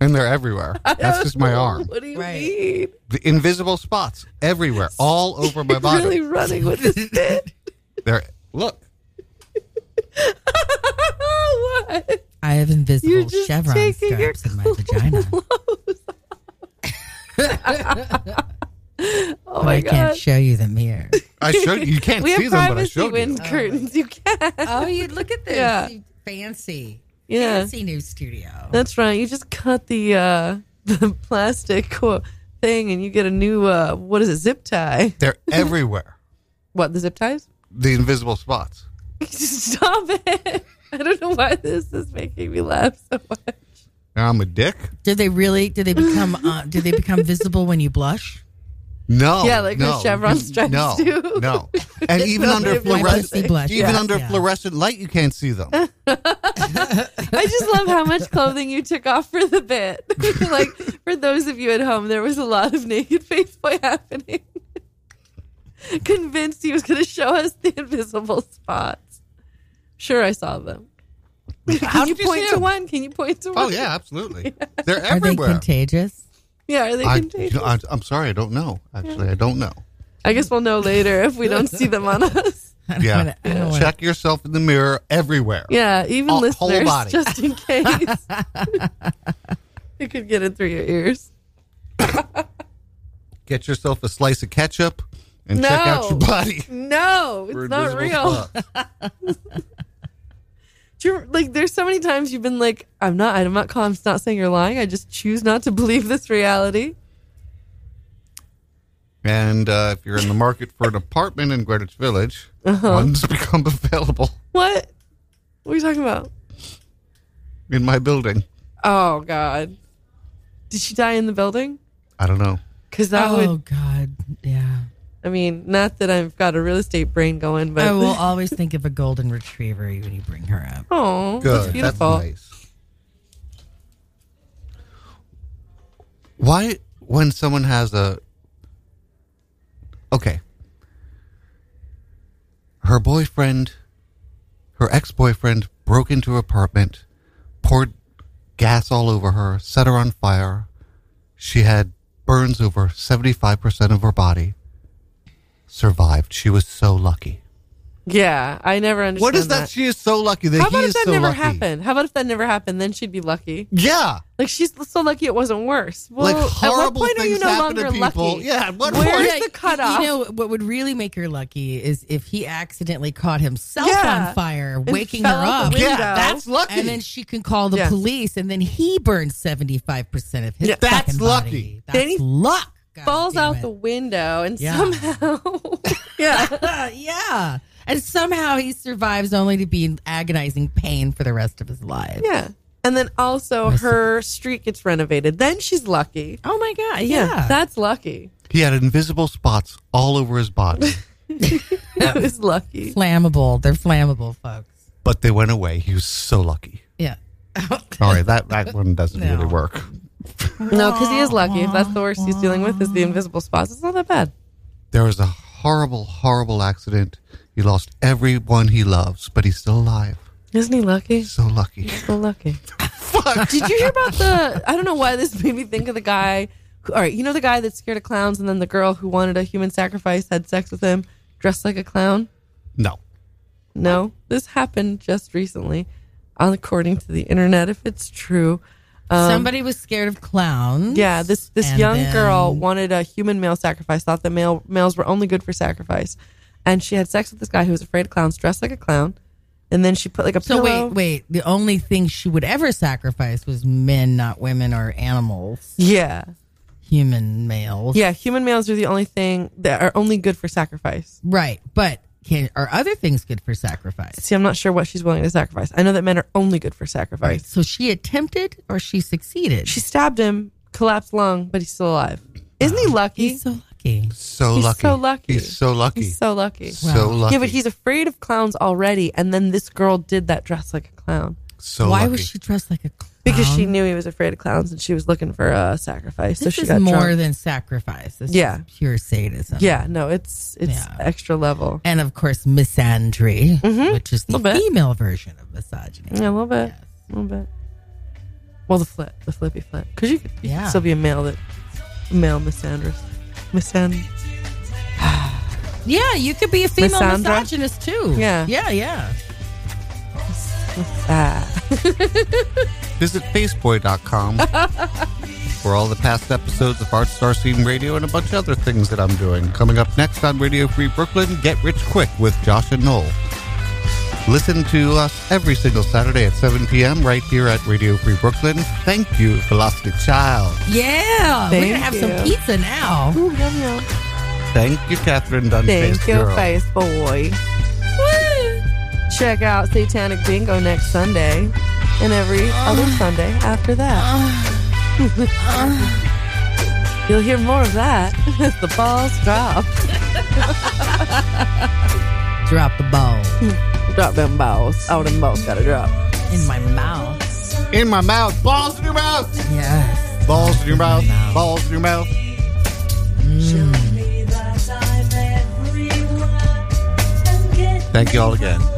A: And they're
C: [laughs]
A: everywhere. [laughs] That's just my arm.
B: [laughs] What do you
C: Right.
B: mean?
A: The invisible spots everywhere, all over my
C: [laughs]
B: He's
A: body.
B: really running with
A: [laughs]
B: this bit. [laughs]
A: They're look.
B: what?
C: I have
B: You're
C: invisible
B: just
C: chevron
B: taking your
C: straps in my
B: [laughs]
C: vagina,
B: Oh
C: but
B: my
C: I can't
B: god.
C: show you them here.
A: I showed you. You
C: [laughs]
A: can't
B: we have
A: see them, but I
B: privacy
A: showed you.
B: wind curtains. You can.
C: oh, you look at this.
B: [laughs] Yeah.
C: Fancy.
B: Yeah.
C: Fancy new studio.
B: That's right. You just cut the uh, [laughs] the plastic [laughs] qu- thing, and you get a new uh, what is it? Zip tie?
A: They're everywhere.
B: What the zip ties? [laughs]
A: The invisible spots.
B: Stop it! [laughs] I don't know why this is making me laugh so much.
A: And I'm a dick.
C: Did they really? Did they become? Uh, did they become visible when you blush?
A: No.
B: Yeah, like the
A: no,
B: chevron
A: you-
B: stripes
A: No,
B: do.
A: no. [laughs] And even
B: No,
A: under
B: they've been
A: fluorescent,
C: pussy blush,
A: even
C: yeah.
A: under
C: Yeah.
A: fluorescent light, you can't see [laughs] them.
B: I just love how much clothing you took off for the bit. [laughs] like for those of you at home, there was a lot of naked face boy happening. [laughs] Convinced he was going to show us the invisible spots. Sure, I saw them. Can you
A: did you see
B: point to
A: them?
B: one? Can you point to one?
A: Oh [laughs] yeah, absolutely. They're
C: Are they
A: everywhere.
C: contagious?
B: Yeah, are they
A: I,
B: contagious?
A: I, am sorry, I don't know. Actually, I don't know.
B: I guess we'll know later if we don't see
A: [laughs]
B: them on us.
A: Yeah.
C: wanna- I don't wanna-
A: Check yourself in the mirror everywhere.
B: Yeah, even
A: All- whole
B: listeners,
A: body. [laughs]
B: just in case. [laughs] it could get in through your ears.
A: Get yourself a slice of ketchup and check out your
B: No.
A: body. [laughs]
B: No, it's
A: for
B: not
A: invisible
B: real.
A: spots.
B: [laughs] Do you, like, there's so many times you've been like, I'm not, I'm not calm. I'm not saying you're lying. I just choose not to [laughs] believe this reality.
A: And uh, if you're in the market for an apartment in Greenwich Village, one's [laughs] become available
B: What? What are you talking about?
A: in my building.
B: Oh, God. Did she die in the building?
A: I don't know.
B: Because that
C: oh
B: would,
C: God, yeah.
B: I mean, not that I've got a real estate brain going, but.
C: I will always think of a golden retriever when you bring her up.
B: Oh, that's beautiful.
A: nice. Why, when someone has a. Okay. Her boyfriend, her ex boyfriend, broke into her apartment, poured gas all over her, set her on fire. She had burns over 75% of her body. Survived. She was so lucky.
B: Yeah, I never understood.
A: What is that? She is so lucky that
B: How about
A: he
B: if
A: is
B: that
A: so
B: never
A: lucky.
B: happened? How about if that never happened? Then she'd be lucky.
A: Yeah.
B: Like she's so lucky it wasn't worse. Well,
A: like horrible
B: at what point are
A: things
B: you no
A: happen
B: longer
A: to people.
B: lucky?
A: Yeah. At what
B: Where-
A: point?
B: Where's the cutoff?
C: You know what would really make her lucky is if he accidentally caught himself
B: Yeah.
C: on fire,
B: And
C: waking her
B: fell out
C: up.
B: the window.
A: Yeah, that's lucky.
C: And then she can call the
B: Yeah.
C: police, and then he burns seventy five percent of his.
B: Yeah.
C: fucking
A: That's lucky.
C: body. That's
B: Then he
C: luck. God
B: falls
C: damn
B: out
C: it. [laughs]
B: the window and
C: Yeah.
B: somehow [laughs] yeah
C: Uh, yeah, and somehow he survives only to be in agonizing pain for the rest of his life.
B: yeah and then also her street gets renovated then she's lucky
C: Oh my god!
B: yeah,
C: Yeah,
B: that's lucky
A: He had invisible spots all over his
C: [laughs]
A: body,
B: [laughs] that was lucky
C: flammable. They're flammable, folks.
A: but they went away. He was so lucky.
B: [laughs]
C: Yeah.
B: Um,
A: Sorry, that, that one doesn't
C: No.
A: really work.
B: no because he is lucky if that's the worst he's dealing with is the invisible spots it's not that bad
A: There was a horrible, horrible accident. He lost everyone he loves, but he's still alive.
B: isn't he lucky
A: So lucky.
B: so
C: [laughs]
B: lucky did you hear about the i don't know why this made me think of the guy who, all right you know the guy that's scared of clowns and then the girl who wanted a human sacrifice had sex with him dressed like a clown
A: No.
B: No, this happened just recently, on according to the internet. If it's true, um,
C: Somebody was scared of clowns.
B: yeah, this this
C: And
B: young
C: then-
B: girl wanted a human male sacrifice. Thought that male males were only good for sacrifice, and she had sex with this guy who was afraid of clowns, dressed like a clown, and then she put like a
C: So
B: pillow.
C: wait, wait. The only thing she would ever sacrifice was men, not women or animals.
B: Yeah,
C: Human males.
B: yeah. Human males are the only thing that are only good for sacrifice.
C: Right. But can are other things good for sacrifice?
B: See, I'm not sure what she's willing to sacrifice. I know that men are only good for sacrifice.
C: So she attempted or she succeeded.
B: She stabbed him, collapsed lung, but he's still alive. Isn't he lucky?
C: He's so lucky.
A: So
B: He's
A: lucky.
B: so lucky.
A: He's so lucky.
B: He's so lucky.
A: So lucky.
B: Yeah, but he's afraid of clowns already, and then this girl did that dress like a clown
A: so
C: Why
A: lucky.
C: was she dressed like a clown?
B: because she knew he was afraid of clowns, and she was looking for a sacrifice.
C: Um, this
B: so she
C: is
B: got
C: more
B: drunk.
C: than sacrifice. This
B: Yeah.
C: is pure sadism.
B: Yeah, no, it's it's
C: Yeah.
B: extra level.
C: And of course, misandry, which is the
B: Mm-hmm. Little bit.
C: female version of misogyny.
B: Yeah, a little bit, a little bit. Well, the flip, the flippy flip, because you, could- you
C: Yeah.
B: could still be a male that male misandrist, misand.
C: Yeah, you could be a female
B: Misandra?
C: misogynist too.
B: Yeah.
C: Yeah, yeah.
B: Ah,
A: Visit
B: [laughs]
A: faceboy.com for all the past episodes of Art Star Scene Radio and a bunch of other things that I'm doing. Coming up next on Radio Free Brooklyn, Get Rich Quick with Josh and Noel. Listen to us every single Saturday at 7 p.m. right here at Radio Free Brooklyn. Thank you, Velocity Child.
C: Yeah. We're
B: Thank
C: going to have some
B: you.
C: pizza now.
B: Ooh, yum yum.
A: Thank you, Catherine Dunphy.
B: Thank you, face boy. Check out Satanic Bingo next Sunday and every other Sunday after that. Ah. [laughs] You'll hear more of that [laughs] as the balls drop.
C: Drop the ball
B: Drop them balls. All them balls gotta drop.
C: in my mouth.
A: In my mouth. Balls in your mouth.
C: Yes.
A: Balls in your mouth. Balls in your mouth. Mm. Thank you all again.